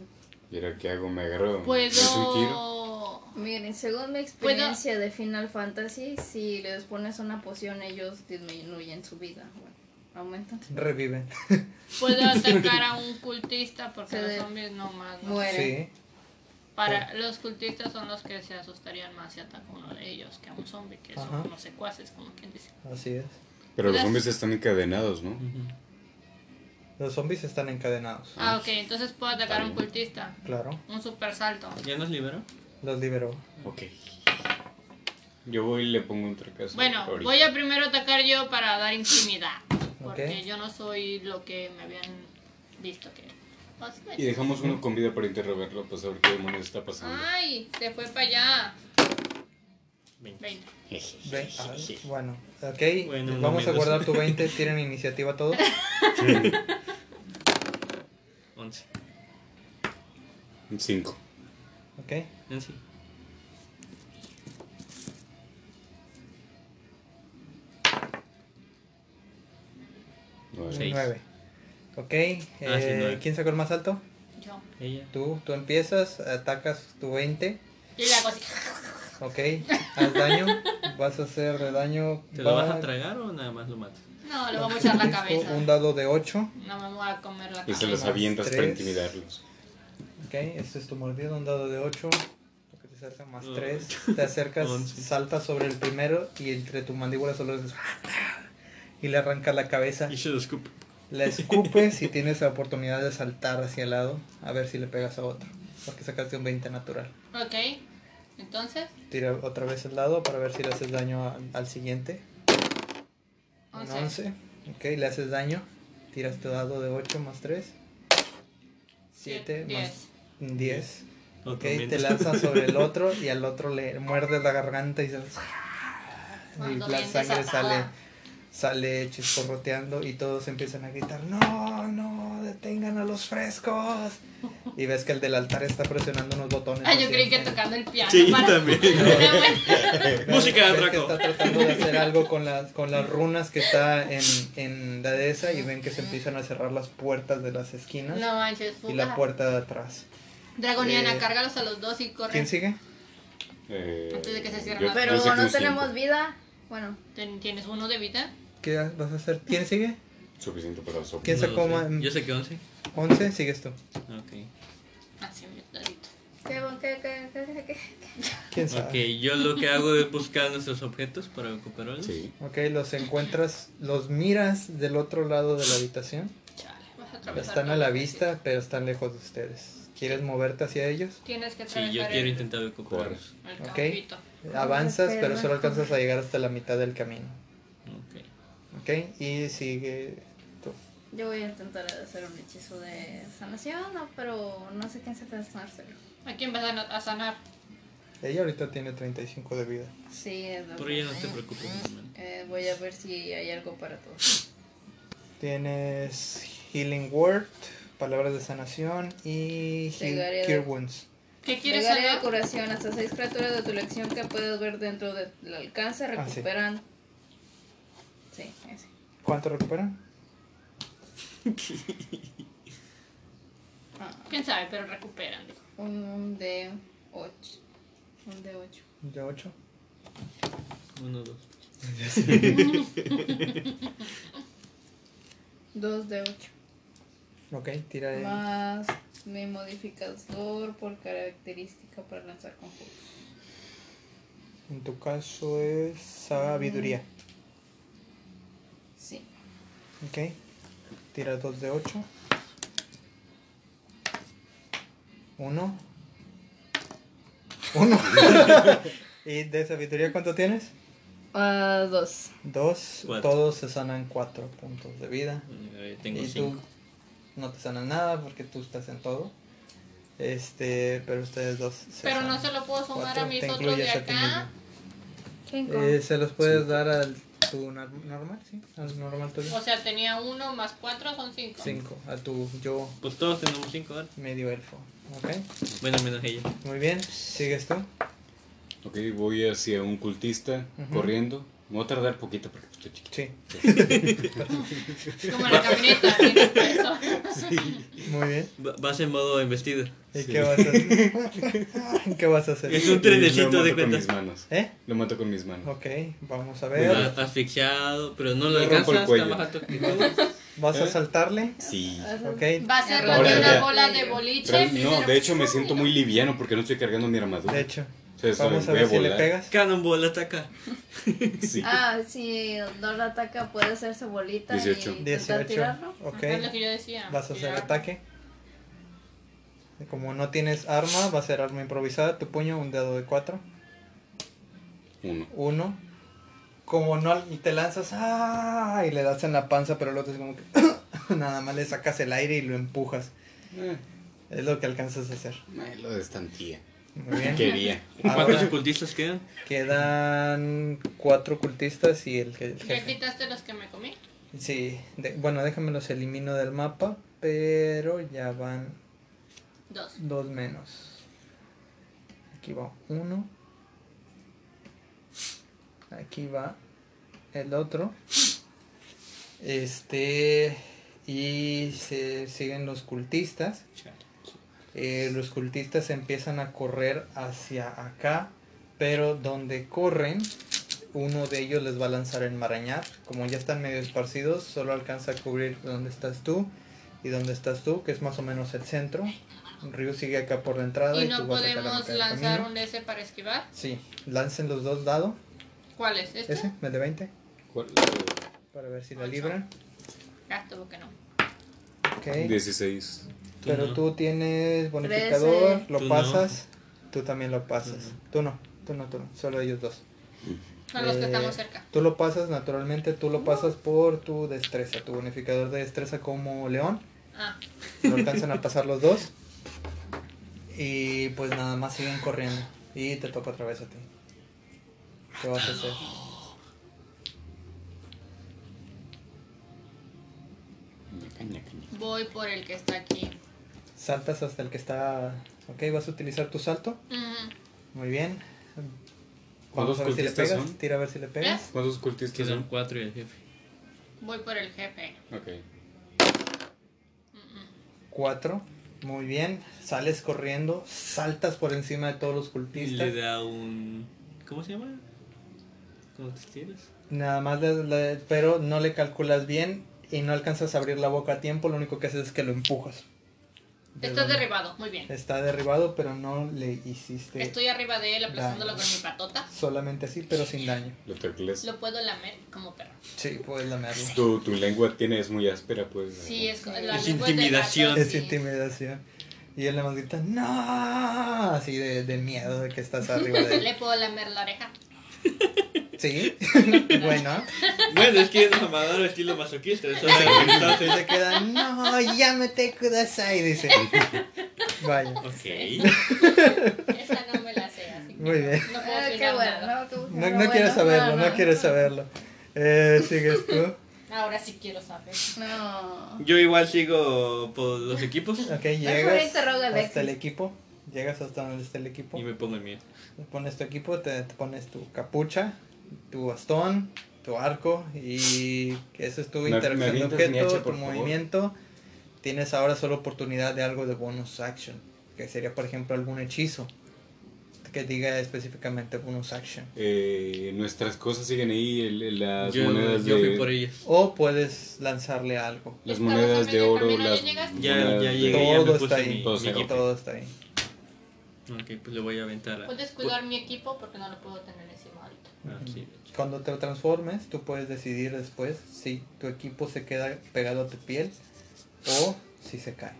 S5: ¿Y ahora qué hago? ¿Me agarro? ¿Me hace un tiro?
S1: Puedo.
S2: Miren, según mi experiencia de Final Fantasy, si les pones una poción, ellos disminuyen su vida. Bueno, aumentan.
S3: Reviven.
S1: Puedo atacar a un cultista porque
S2: Se
S1: los
S2: de-
S1: zombies no más. ¿no?
S2: Muere.
S3: Sí.
S1: Para los cultistas son los que se asustarían más si ataca uno de ellos que a un zombie, que son
S3: Ajá.
S1: unos secuaces, como quien dice.
S3: Así es.
S5: Pero los
S1: Las-
S5: zombies están encadenados, ¿no?
S3: Los zombies están encadenados.
S1: Ah, ok, entonces puedo atacar a un
S5: Está
S1: cultista.
S3: Claro,
S1: Un super salto.
S4: ¿Ya nos liberó?
S3: los liberó.
S5: Ok. Yo voy y le pongo un tracazo.
S1: Bueno,
S5: ahorita.
S1: voy a primero atacar yo para dar intimidad. Porque
S3: Ok.
S1: yo no soy lo que me habían visto Pues, que.
S5: Y dejamos uno con vida para interrogarlo, pues a ver qué demonios está pasando.
S1: Ay, se fue para allá.
S4: 20.
S1: 20.
S3: Ve- ah, bueno, ok.
S4: Bueno, uno
S3: Vamos a
S4: menos.
S3: guardar tu 20. ¿Tienen iniciativa todos?
S4: 11.
S5: Un Cinco.
S3: Ok.
S4: Nancy.
S5: Nueve.
S4: Seis.
S3: 9. Ok.
S4: Ah, sí,
S3: eh,
S4: nueve.
S3: ¿Quién sacó el más alto?
S1: Yo.
S4: Ella.
S3: Tú, tú empiezas, atacas tu 20.
S1: Y le hago así.
S3: Ok. Haz daño. Vas a hacer de daño.
S4: ¿Te lo vas
S3: va-
S4: a tragar o nada más lo matas?
S1: No, le voy a echar la cabeza.
S3: Un dado de 8.
S1: No me voy a comer la
S5: Y se
S1: cabeza.
S5: los avientas para
S3: Tres.
S5: intimidarlos.
S3: Ok, este es tu mordida, un dado de 8. Lo que te acerca más
S4: Ah.
S3: 3. Te acercas,
S4: Once.
S3: saltas sobre el primero y entre tu mandíbula solo es. Y le arrancas la cabeza.
S4: Y se lo escupe.
S3: La escupes y tienes la oportunidad de saltar hacia el lado a ver si le pegas a otro. Porque sacaste un 20 natural.
S1: Ok, entonces,
S3: Tira otra vez el lado para ver si le haces daño al, al siguiente. Un
S1: 11.
S3: 11. Ok, le haces daño. Tiras tu dado de 8 más 3. 7 más 10.
S4: Otro
S3: Ok, te
S4: menos.
S3: lanzas sobre el otro y al otro le muerdes la garganta y, se... y
S1: Cuando
S3: la
S1: bien
S3: sangre sale,
S1: desatada.
S3: sale chisporroteando y todos empiezan a gritar, no, no, detengan a los frescos. Y ves que el del altar está presionando unos botones.
S1: Ah, yo
S3: así.
S1: creí que tocando el piano.
S4: Sí,
S1: para-
S4: también.
S1: Una buena-
S3: No,
S4: Música de
S3: ves que
S4: atraco.
S3: Está tratando de hacer algo con las, con las runas que está en, en la dehesa y ven que se empiezan a cerrar las puertas de las esquinas
S1: No manches,
S3: y la
S1: fuga.
S3: puerta de atrás.
S1: Dragoniana,
S3: Eh,
S1: cárgalos a los dos y corre.
S3: ¿Quién sigue?
S5: Eh,
S1: Antes de que se cierren
S5: yo-
S1: las-
S5: yo
S2: Pero
S5: sé que
S2: no
S5: un
S2: tenemos
S5: cinco.
S2: vida. Bueno,
S1: Ten- ¿Tienes uno de vida?
S3: ¿Qué vas a hacer? ¿Quién sigue?
S5: Suficiente para los
S3: ¿Quién
S4: No
S3: sacó
S4: lo sé.
S3: más?
S4: Yo saqué 11.
S3: 11, sigues tú.
S4: Ok.
S1: Así, mi dadito.
S2: ¿qué, qué, qué, qué, qué?
S3: ¿Quién sabe?
S4: Ok, yo lo que hago es buscar nuestros objetos para recuperarlos.
S5: Sí.
S3: Ok, los encuentras, los miras del otro lado de la habitación.
S1: Chale, vas a atravesar
S3: Están a
S1: todo
S3: la
S1: lo que
S3: vista, pero están lejos de ustedes. ¿Quieres moverte hacia ellos?
S1: sí. Tienes que atravesar
S4: Sí, yo
S1: el-
S4: quiero intentar recuperarlos.
S1: el
S3: Ok.
S1: campito.
S3: Avanzas, pero solo
S2: perra.
S3: alcanzas a llegar hasta la mitad del camino.
S4: Ok.
S3: Ok, y sigue tú.
S2: Yo voy a intentar hacer un hechizo de sanación, no, pero no sé quién se puede sanárselo.
S1: ¿A quién vas a, na- a sanar?
S3: Ella ahorita tiene 35 de vida.
S2: Sí, es lo
S4: Por
S2: que-
S4: ello no te preocupes. hermano.
S2: Eh, voy a ver si hay algo para todos.
S3: Tienes Healing Word, Palabras de Sanación y
S2: Llegaré
S3: heal,
S2: a-
S3: Cure Wounds.
S1: ¿Qué quieres
S2: Llegaré a
S1: sanar?
S2: curación hasta seis criaturas de tu elección que puedes ver dentro del alcance
S3: Ah, sí.
S2: recuperan. sí. ese.
S3: ¿Cuánto recuperan?
S2: Ah,
S1: ¿Quién sabe? Pero recuperan. dijo.
S2: un de ocho. Un de ocho.
S3: ¿Ya 8?
S4: Uno, dos.
S2: Dos de ocho.
S3: Ok, tira el-
S2: Más mi modificador por característica para lanzar conjuros.
S3: En tu caso es Sabiduría.
S2: Sí.
S3: Ok. Tira 2 de 8. 1. 1. ¿Y de sabiduría cuánto tienes?
S2: Ah, dos.
S3: 2.
S4: Cuatro.
S3: Todos se sanan 4 puntos de vida.
S4: Eh, Tengo
S3: y
S4: cinco.
S3: tú no te sanan nada porque tú estás en todo. Este, pero ustedes dos se
S1: Pero no se
S3: sanan.
S1: lo puedo sumar
S3: Cuatro,
S1: a mis
S3: te
S1: otros de
S3: incluyes a ti
S1: acá.
S3: mismo.
S2: Cinco.
S3: Eh, se los puedes dar al tu nar- normal, sí, al normal tuyo.
S1: O sea, tenía uno más cuatro, son cinco.
S3: 5 a tu yo
S4: Pues todos tenemos cinco ahora.
S3: medio elfo. Ok.
S4: Bueno, menos ella.
S3: Muy bien, sigues tú.
S5: Ok, voy hacia un cultista
S3: Ujú.
S5: corriendo. Me voy a tardar poquito porque estoy chiquito.
S3: Sí.
S1: Como la camioneta, tiene peso.
S3: Muy bien.
S4: Va- Vas en modo embestida.
S3: ¿Y qué vas a hacer? ¿Qué vas a hacer?
S4: Es un
S5: Lo
S4: trenecito
S5: mato
S4: de
S5: con mis
S4: cuentas.
S5: manos.
S3: ¿Eh?
S5: Lo mato con mis manos.
S3: Ok, vamos a
S5: Muy
S3: ver.
S5: bien.
S4: Asfixiado, pero no lo
S5: Le rompo
S4: alcanzas.
S5: el
S4: Está
S5: cuello.
S4: baja tu actitud.
S3: ¿Vas a
S5: ¿Eh?
S3: saltarle?
S5: Sí.
S3: Ok.
S1: Va a ser la
S5: Ahora
S1: de una
S5: ya.
S1: bola de boliche.
S5: Pero, no,
S1: primero-
S5: de hecho me siento muy liviano porque no estoy cargando mi armadura.
S3: De hecho,
S5: O sea, eso ¿eh?
S3: vamos a
S5: voy
S3: ver si le
S5: volar.
S3: pegas.
S4: Cannonball ataca.
S5: Sí.
S2: Ah, si Dora ataca puede hacerse bolita
S5: 18.
S2: y intentar
S3: 18.
S2: tirarlo.
S3: Ok.
S1: Es lo que yo decía.
S3: Vas a hacer
S1: Tirar.
S3: ataque. Y Como no tienes arma, va a ser arma improvisada. Tu puño, un dado de 4.
S5: Uno.
S3: 1. Como no y te lanzas ¡ah! y le das en la panza, pero el otro es como que nada más le sacas el aire y lo empujas.
S5: Eh,
S3: Es lo que alcanzas a hacer.
S5: ay, lo de estantía.
S3: Muy bien.
S5: Quería.
S4: ¿Cuántos
S3: Ahora
S4: ocultistas quedan?
S3: quedan cuatro cultistas y el, que- el
S1: ¿Ya
S3: jefe.
S1: quitaste los que me comí?
S3: Sí, de- bueno, déjame los elimino del mapa, pero ya van
S1: Dos.
S3: Dos menos. Aquí va uno. Aquí va el otro. Este. Y se siguen los cultistas. Eh, los cultistas empiezan a correr hacia acá. Pero donde corren, uno de ellos les va a lanzar enmarañar. Como ya están medio esparcidos, solo alcanza a cubrir donde estás tú y donde estás tú, que es más o menos el centro. Ryu sigue acá por la entrada y,
S1: Y no
S3: tú vas acá a la
S1: podemos
S3: mitad del
S1: lanzar
S3: camino.
S1: un S para esquivar.
S3: Sí, lancen los dos dados.
S1: ¿Cuál es? ¿Este?
S3: Ese, el de 20,
S5: ¿Cuál?
S3: para ver si la
S1: Ocho.
S3: libran.
S1: Ah, tuvo que no.
S3: Ok.
S5: 16.
S4: Tú
S3: Pero
S4: este no.
S3: tú tienes bonificador,
S1: eh.
S2: Trece.
S3: lo
S4: Tú no.
S3: pasas, tú también lo pasas. Tú no, tú no, tú no, solo ellos dos.
S1: No, los que
S3: Eh,
S1: estamos cerca.
S3: Tú lo pasas naturalmente, tú lo pasas por tu destreza, tu bonificador de destreza como león.
S1: Ah,
S3: No alcanzan a pasar los dos. Y pues nada más siguen corriendo. Y te toca otra vez a ti. ¿Qué vas a hacer?
S5: Ñaca, ñaca, ñaca.
S1: voy por el que está aquí.
S3: Saltas hasta el que está. Ok, vas a utilizar tu salto.
S1: Ujú.
S3: Muy bien. Vamos
S5: ¿Cuántos
S3: a ver si le
S5: cultistas
S3: pegas.
S5: son?
S3: Tira a ver si le pegas.
S5: ¿Cuántos cultistas
S4: Quedan
S5: son?
S4: cuatro y el jefe.
S1: Voy por el jefe.
S5: Ok.
S3: Cuatro. Muy bien. Sales corriendo. Saltas por encima de todos los
S4: Y le
S3: cultistas.
S4: da un. ¿Cómo se llama? ¿Cómo te estiras?
S3: Nada más, le- le- pero no le calculas bien. Y no alcanzas a abrir la boca a tiempo. Lo único que haces es que lo empujas. De
S1: Estás
S3: donde-
S1: derribado, muy bien.
S3: Está derribado, pero no le hiciste
S1: Estoy arriba de él aplazándolo
S3: Daño.
S1: con mi patota.
S3: solamente así, pero sin daño.
S5: Lo tecleas.
S1: Lo puedo lamer como perro.
S3: Sí, puedes lamerlo.
S5: Tu, tu lengua tiene, es muy áspera, pues.
S1: Sí, es, la
S4: Es
S1: lengua de
S4: intimidación.
S1: gato,
S3: Es
S1: sí.
S3: intimidación. Y él le más grita, ¡No! Así de, de miedo de que estás arriba de él.
S1: Le puedo lamer la oreja.
S3: Sí, bueno.
S4: Bueno, es que es amador estilo masoquista. Eso
S3: Y
S4: es
S3: se queda, ¡No! ¡Ya me te ahí! Dice. Vaya.
S4: Ok.
S1: Esa no me la sé, así que
S3: Muy bien.
S1: no puedo
S2: Ah, qué
S1: opinar
S2: bueno,
S1: nada.
S2: no, qué bueno,
S3: No, no
S2: bueno.
S3: quieres saberlo,
S2: No,
S3: no quieres saberlo. Eh, ¿Sigues tú?
S1: Ahora sí quiero saber.
S2: No.
S4: Yo igual sigo por los equipos
S3: Ok,
S2: Mejor
S3: llegas
S2: interroga al
S3: hasta el
S2: Alexis.
S3: equipo. Llegas hasta donde está el equipo.
S4: y me pongo el mío.
S3: Pones tu equipo, te, te pones tu capucha, tu bastón, tu arco y eso es tu
S5: Me- me
S3: interacción de
S5: avientas mi
S3: objeto,
S5: hacha,
S3: tu
S5: por favor.
S3: movimiento. Tienes ahora solo oportunidad de algo de bonus action, que sería por ejemplo algún hechizo que diga específicamente bonus action.
S5: Eh, nuestras cosas siguen ahí, el- el- las
S4: Yo,
S5: monedas
S4: yo
S5: de.
S4: fui por ellas.
S3: O puedes lanzarle algo.
S5: Las
S1: Estamos
S5: monedas
S1: a
S5: de
S1: medio
S5: oro,
S1: camino, ¿ya
S5: las.
S1: llegaste?
S4: Ya,
S5: monedas
S4: ya
S5: de-
S4: llegué, ya
S3: Todo
S4: me
S3: está
S4: puse
S3: ahí.
S4: mi,
S5: Todo
S4: mi
S5: cero.
S4: equipo.
S3: Todo está ahí.
S4: Ok, pues le voy a aventar a.
S1: ¿Puedes cuidar mi equipo? Porque no lo puedo tener encima ahorita.
S4: Ah, sí, de hecho.
S3: Cuando te transformes, tú puedes decidir después si tu equipo se queda pegado a tu piel o si se cae.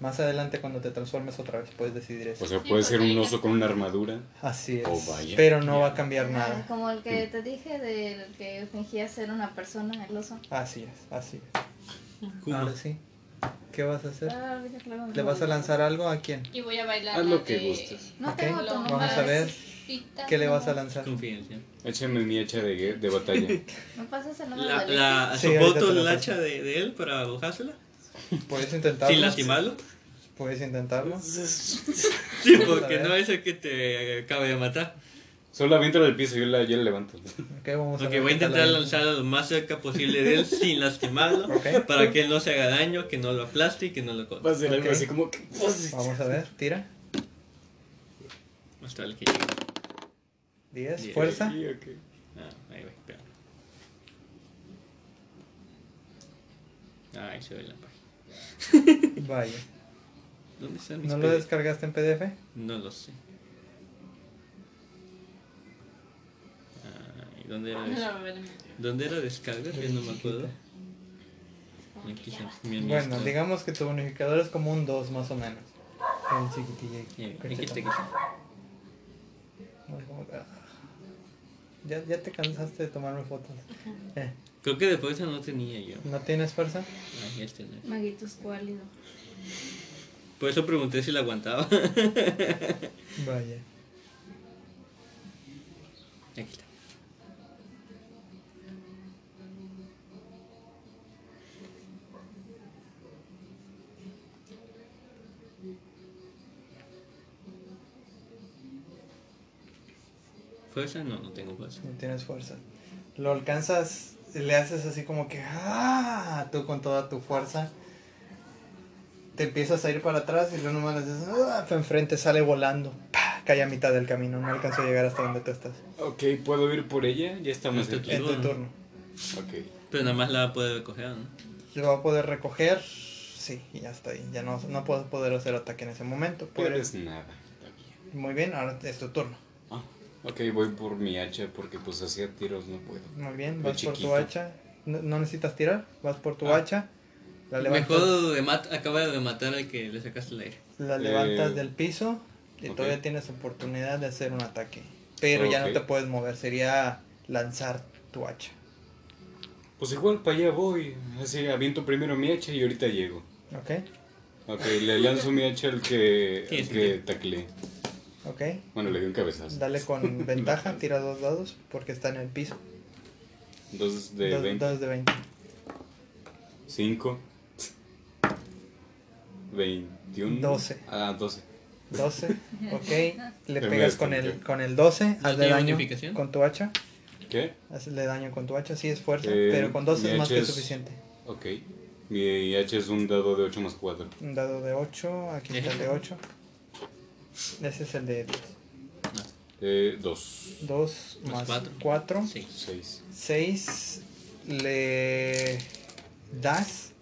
S3: Más adelante cuando te transformes otra vez puedes decidir eso.
S5: O sea,
S1: Sí,
S5: puede ser
S1: porque
S5: un
S1: ya
S5: oso
S1: está.
S5: con una armadura.
S3: Así es.
S5: Pues, Oh, vaya.
S3: Pero no va a cambiar
S2: Ah,
S3: nada.
S2: Como el que te dije del que fingía ser una persona, el oso.
S3: Así es, así es.
S4: Kuma.
S3: Ahora sí. ¿Qué vas a hacer?
S2: Ah, ahorita que luego me
S3: ¿Le vas a
S2: voy.
S3: lanzar algo a quién?
S1: Y voy a bailar.
S5: Haz
S1: la
S5: lo que
S1: de-
S5: gustes.
S2: No
S3: Ok,
S2: tengo tu
S1: vamos
S2: número,
S3: a ver.
S2: Alexis.
S1: Tita,
S3: ¿Qué le vas a
S1: no.
S3: lanzar?
S4: Confidencia.
S5: Échame mi hacha de, gue- de batalla.
S2: ¿No pasas el número
S4: La,
S2: de
S4: la,
S3: Sí, ahorita
S4: ¿Soporto
S3: te lo
S4: el
S3: paso.
S4: hacha de, de él para bajársela?
S3: Puedes intentarlo.
S4: ¿Sin Pues, lastimarlo?
S3: Puedes intentarlo.
S4: Sí,
S3: Vamos a
S4: porque
S3: ver.
S4: no es el que te acaba de matar.
S5: Solo aviéntala al piso, yo la, yo la levanto.
S3: Ok, vamos a
S4: Ok,
S3: ver
S4: voy a
S3: qué tal
S4: intentar
S3: la-
S4: lanzarlo lo más cerca posible de él sin lastimarlo.
S3: Ok. Pues-
S4: Para que él no se haga daño, que no lo aplaste y que no lo corte.
S5: Va a ser
S3: algo así
S5: como que.
S4: pues,
S3: Vamos a ver, tira.
S4: Hasta el que llegue.
S3: 10,
S4: Diez.
S3: fuerza.
S4: Ah, ahí va, espera. Ay, se ve la página.
S3: Vaya.
S4: ¿Dónde están mis
S3: ¿No lo
S4: PDF?
S3: descargaste en PDF?
S4: No lo sé. Ay, Ah, ¿Dónde era, des-
S1: No, no, no.
S4: ¿Dónde era descarga? Que no me acuerdo. Aquí está, mi
S3: Bueno,
S4: administrador.
S3: digamos que tu bonificador es como un 2 más o menos. Un chiquitillo.
S4: Eh,
S3: que
S4: Aquí
S3: te
S4: está, aquí
S3: cansa.
S4: está.
S3: No, como que, ah. Ya, ya te cansaste de tomarme fotos. Eh,
S4: Creo que de fuerza no tenía yo.
S3: ¿No tienes fuerza?
S4: Ay, este no es.
S2: Maguito escuálido.
S4: Por eso pregunté si la aguantaba.
S3: Vaya.
S4: Aquí está. ¿Fuerza? No, no tengo fuerza.
S3: No tienes fuerza. Lo alcanzas, le haces así como que ¡ah! Tú con toda tu fuerza. Te empiezas a ir para atrás y luego nomás le haces ¡ah! Para enfrente, sale volando. ¡Pah! Cae a mitad del camino, no alcanzó a llegar hasta donde tú estás.
S5: Ok, ¿puedo ir por ella? Ya está más
S4: Hasta
S5: cerca.
S3: Es tu
S4: Bueno.
S3: turno.
S5: Ok.
S4: Pero nada más la puede recoger, ¿no?
S3: Lo va a poder recoger. Sí, y ya está ahí. Ya no, no puedes poder hacer ataque en ese momento.
S5: Pues nada. está bien.
S3: Muy bien, ahora es tu turno.
S5: Ah, ok, voy por mi hacha porque pues hacía tiros no puedo.
S3: Muy bien,
S5: Muy
S3: vas por tu
S5: chiquito.
S3: hacha. No, no necesitas tirar, vas por tu
S5: Ah.
S3: hacha. La levantas,
S4: Mejor remat- acaba de matar al que le sacaste el aire.
S3: la levantas
S5: Eh,
S3: del piso y
S5: ok.
S3: todavía tienes oportunidad de hacer un ataque. Pero ya no
S5: Ok.
S3: te puedes mover, sería lanzar tu hacha.
S5: Pues igual para allá voy. Así aviento primero mi hacha y ahorita llego.
S3: ¿Ok?
S5: Ok, le lanzo mi hacha al que,
S4: Sí,
S5: al
S4: sí.
S5: que tacleé.
S3: ¿Ok?
S5: Bueno, le di un cabezazo.
S3: Dale con ventaja, tira dos dados porque está en el piso.
S5: Dos de
S3: dos,
S5: 20.
S3: dos de 20.
S5: 5. 21.
S3: Doce.
S5: Ah, 12.
S3: 12, ok. Le
S5: Me
S3: pegas con
S5: desconté.
S3: el, con el 12,
S4: ¿No
S3: hazle
S4: tiene
S3: daño
S4: bonificación?
S3: con tu hacha.
S5: ¿Qué?
S3: Hazle daño con tu hacha, sí es fuerza,
S5: Eh,
S3: pero con 12
S5: mi
S3: es más
S5: hacha
S3: que
S5: es-
S3: suficiente.
S5: Ok. Mi hacha es un dado de 8 más 4.
S3: Un dado de 8, aquí está el de 8. Ese es el de 10.
S4: No,
S5: Eh, 2.
S3: 2
S4: Más
S3: más
S4: cuatro.
S3: 4.
S4: sí.
S5: 6.
S3: 6 le das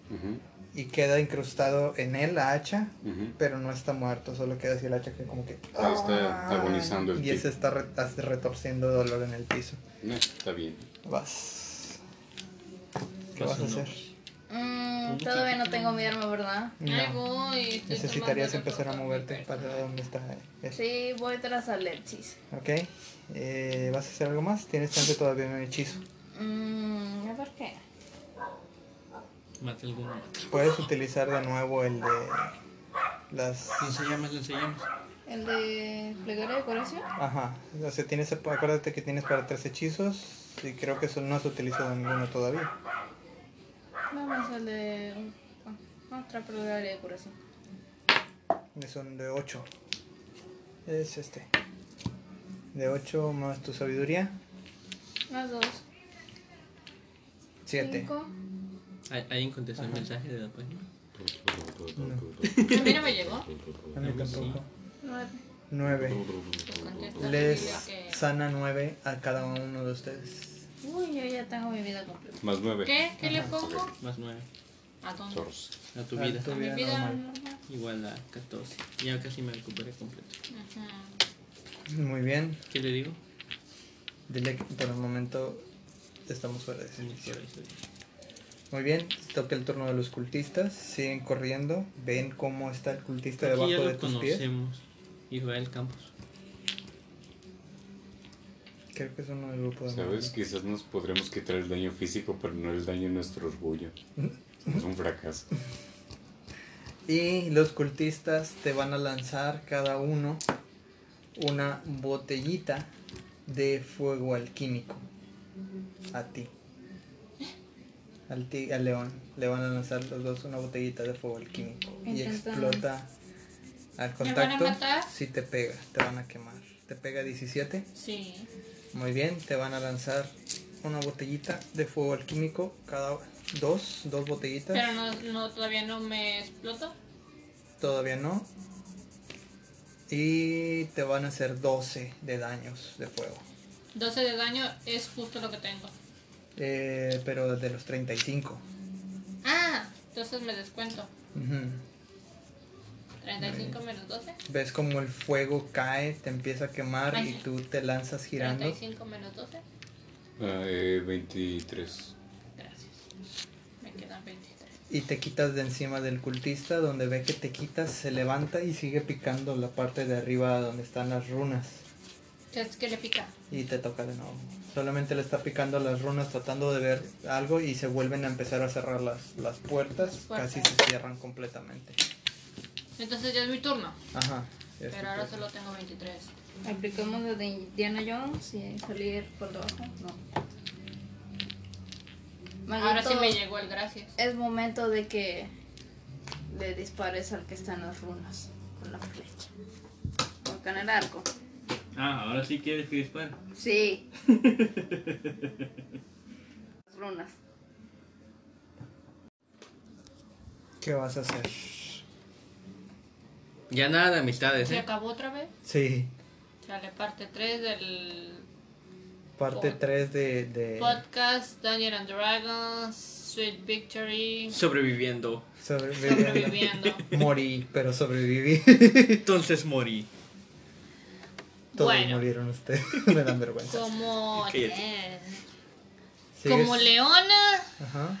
S3: y queda incrustado en él la hacha, pero no está muerto, solo queda así el hacha que como que...
S5: Ahí está agonizando el
S3: Ah, Y ese
S5: tipo.
S3: está re- as- retorciendo de dolor en el piso.
S5: No, está bien.
S3: Vas. ¿Qué vas a
S4: Paso, ¿no?
S3: hacer?
S2: Mm, todavía no tengo mi arma, ¿verdad?
S1: Ahí
S3: No.
S1: voy. estoy
S3: Necesitarías
S1: tomando
S3: empezar a
S1: fotos.
S3: moverte para donde está. ese.
S2: Sí, voy tras Alexis.
S3: Ok. Eh, ¿Vas a hacer algo más? Tienes chance todavía en un hechizo.
S2: Mm, a ver qué.
S4: Mata alguno, mata.
S3: Puedes utilizar de nuevo el de las.
S4: Lo ensayamos, lo ensayamos.
S2: ¿El de plegaria de corazón?
S3: Ajá. O sea, tienes, acuérdate que tienes para tres hechizos y creo que eso no has utilizado ninguno todavía.
S2: Vamos al de. ah, otra plegaria de corazón.
S3: Son de 8. Es este. De 8 más tu sabiduría.
S2: Más dos.
S3: 7.
S2: Cinco.
S4: ¿Al- ¿Alguien contestó el
S3: Ajá.
S4: mensaje de la página?
S1: A mí no me llegó.
S3: A mí tampoco.
S2: Nueve.
S3: 9.
S1: Contesta,
S3: Les
S1: dile que-
S3: sana 9 a cada uno de ustedes.
S2: Uy, yo ya tengo mi vida completa.
S5: Más 9.
S1: ¿Qué? ¿Qué le pongo?
S4: Más nueve.
S1: ¿A dónde?
S5: 14.
S4: A tu
S3: A
S4: vida.
S3: tu
S1: A mi
S3: vida
S1: vida
S3: normal.
S1: normal.
S4: Igual a 14. Ya casi me recuperé completo.
S1: Ujú.
S3: Muy bien.
S4: ¿Qué le digo?
S3: Dile que por el momento estamos fuera de servicio.
S4: Sorry, sorry.
S3: Muy bien, toca el turno de los cultistas. Siguen corriendo. Ven cómo está el cultista
S4: Aquí ya
S3: debajo de
S4: lo
S3: tus pies.
S4: conocemos. Israel Campos.
S3: Creo que es uno del grupo de
S5: ¿Sabes?
S3: magos.
S5: Quizás nos podremos quitar el daño físico, pero no el daño a nuestro orgullo. Es un fracaso.
S3: Y los cultistas te van a lanzar cada uno una botellita de fuego alquímico. A ti. Al, ti- al león. Le van a lanzar los dos una botellita de fuego alquímico. Y
S2: Intentando.
S3: explota
S1: ¿Me van
S3: al
S1: a
S3: contacto.
S1: matar?
S3: Si te pega, te van a quemar. Te pega 17.
S1: Sí.
S3: Muy bien, te van a lanzar una botellita de fuego alquímico. Cada dos, dos botellitas.
S1: Pero no, no, todavía no me exploto.
S3: Todavía no. Y te van a hacer 12 de daños de fuego.
S1: 12 de daño es justo lo que tengo.
S3: Eh, pero de los 35.
S1: Ah, Entonces me descuento.
S3: Ujú.
S1: 35 menos 12.
S3: Ves como el fuego cae, te empieza a quemar
S1: Ay.
S3: y tú te lanzas girando.
S1: 35 menos 12.
S5: Ah, eh, 23.
S1: Gracias. Me quedan 23.
S3: Y te quitas de encima del cultista, donde ve que te quitas, se levanta y sigue picando la parte de arriba donde están las runas.
S1: ¿Sabes qué le pica?
S3: Y te toca de nuevo. Solamente le está picando las runas tratando de ver algo y se vuelven a empezar a cerrar las, las puertas.
S1: Las puertas.
S3: Casi se cierran completamente.
S1: Entonces ya es mi turno.
S3: Ajá. Este, pues, ya es tu
S1: Pero ahora
S3: turno.
S1: solo tengo 23.
S2: Aplicamos la de Indiana Jones y salir por debajo. No.
S1: Ahora sí
S2: Magneto,
S1: me llegó el gracias.
S2: Es momento de que le dispares al que está en las runas con la flecha. Porque en el arco.
S4: Ah, ahora sí quieres que dispare.
S2: Sí. las runas.
S3: ¿Qué vas a hacer?
S4: Ya nada de amistades,
S1: Se
S4: ¿eh?
S1: acabó otra vez.
S3: Sí.
S1: Sale parte 3 del
S3: Parte
S1: Pod-
S3: 3 de... de
S1: podcast Dungeon and Dragons, Sweet Victory,
S4: Sobreviviendo.
S3: sobreviviendo.
S1: Sobreviviendo.
S3: Morí, pero sobreviví.
S4: Entonces morí.
S3: Todos
S1: Bueno.
S3: murieron ustedes. Me dan vergüenza.
S1: Como,
S4: Cállate.
S3: ¿Sigues?
S1: como leona,
S3: Ajá.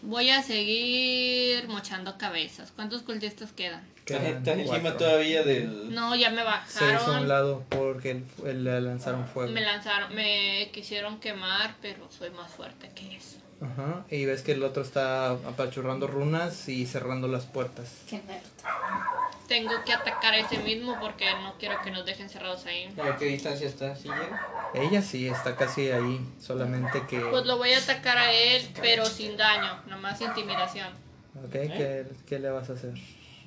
S1: voy a seguir mochando cabezas. ¿Cuántos cultistas quedan?
S4: Estás
S3: Quedan
S4: estás encima
S3: cuatro.
S4: todavía del...
S1: No, ya me
S3: Se hizo a un
S1: bajaron.
S3: lado porque el- el- le lanzaron fuego.
S1: Me lanzaron, me quisieron quemar, pero soy más fuerte que eso.
S3: Ajá. Y ves que el otro está apachurrando runas y cerrando las puertas.
S2: Qué nerd.
S1: Tengo que atacar a ese mismo porque no quiero que nos dejen cerrados ahí.
S4: ¿A qué distancia estás siguiendo?
S3: Ella sí está casi ahí, solamente que...
S1: Pues lo voy a atacar a él, pero sin daño, nomás intimidación.
S3: Ok, ¿qué, qué le vas a hacer?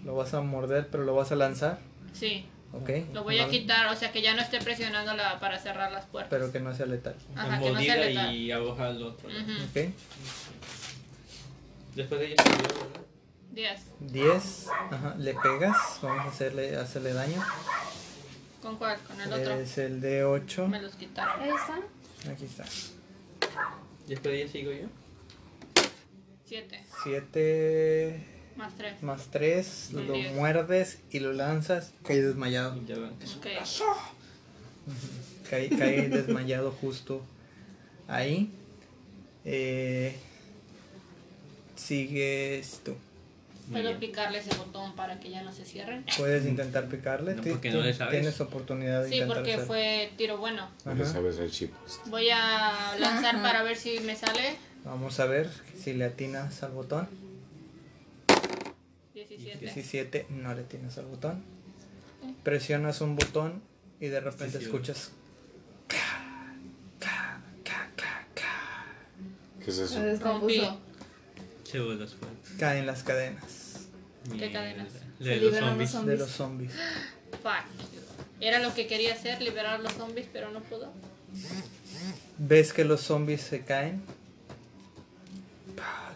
S3: ¿Lo vas a morder pero lo vas a lanzar?
S1: Sí,
S3: Ok.
S1: lo voy a
S3: vale.
S1: quitar, o sea que ya no esté presionándola para cerrar las puertas.
S3: Pero que no sea letal.
S1: Ajá, que no sea
S4: mordida
S1: letal.
S4: y aboja al otro.
S1: Ujú.
S3: Ok.
S4: Después de ella salió, ¿verdad?
S1: 10.
S3: 10. Ajá. Le pegas. Vamos a hacerle, hacerle daño.
S1: ¿Con cuál? Con el otro.
S3: Es el de 8.
S1: Me los quitaron.
S2: Ahí está.
S3: Aquí está.
S4: Después de ella sigo yo.
S1: 7
S3: 7
S1: más 3.
S3: más 3.
S1: Un
S3: Lo
S1: diez.
S3: muerdes y lo lanzas. Cae desmayado.
S4: Y ya van.
S1: Ok.
S3: Cae, cae desmayado justo ahí. Eh, sigues tú.
S4: Muy
S1: Puedo
S4: bien.
S1: picarle ese botón para que ya no se cierren.
S3: Puedes intentar picarle.
S4: No,
S3: ti-
S4: porque no
S3: ti-
S4: le sabes.
S3: Tienes oportunidad de
S1: Sí,
S3: intentar
S1: porque
S3: hacer-
S1: fue tiro bueno.
S5: No
S3: Ajá.
S5: le sabes el chip.
S1: Voy a lanzar para ver si me sale.
S3: Vamos a ver si le atinas al botón.
S1: 17.
S3: 17, no le atinas al botón. Presionas un botón y de repente
S4: Sí, sí.
S3: escuchas. ca, ca, ca, ca, ca.
S5: ¿Qué es
S2: Se
S5: eso?
S2: descompuso.
S4: Se vuelve las fuentes.
S3: Caen las cadenas
S1: ¿Qué cadenas?
S4: La
S2: Se
S4: de los
S2: liberan los
S4: zombies.
S2: zombies.
S3: de los zombies.
S1: Fuck. Era lo que quería hacer, liberar a los zombies, pero no pudo.
S3: Ves que los zombies se caen.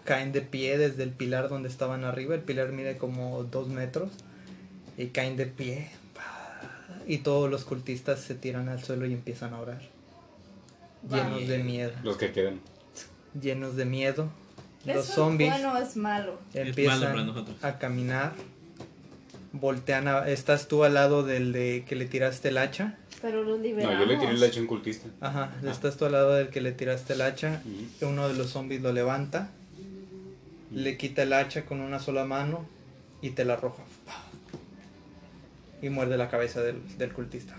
S3: Caen de pie desde el pilar donde estaban arriba. El pilar mide como dos metros. Y caen de pie. Y todos los cultistas se tiran al suelo y empiezan a orar. Llenos de miedo.
S5: Los que quedan.
S3: Llenos de miedo. Los
S2: ¿Eso es
S3: zombies
S2: Bueno, es malo.
S4: Es malo para
S3: empiezan
S4: nosotros.
S3: a caminar. Voltean a... Estás tú al lado del de que le tiraste el hacha.
S2: Pero los
S5: No,
S2: liberamos.
S5: yo le tiré el hacha a un cultista.
S3: Ajá, estás tú al lado del que le tiraste el hacha.
S5: Ujú.
S3: Uno de los zombies lo levanta, le quita el hacha con una sola mano y te la arroja. Y muerde la cabeza del, del cultista.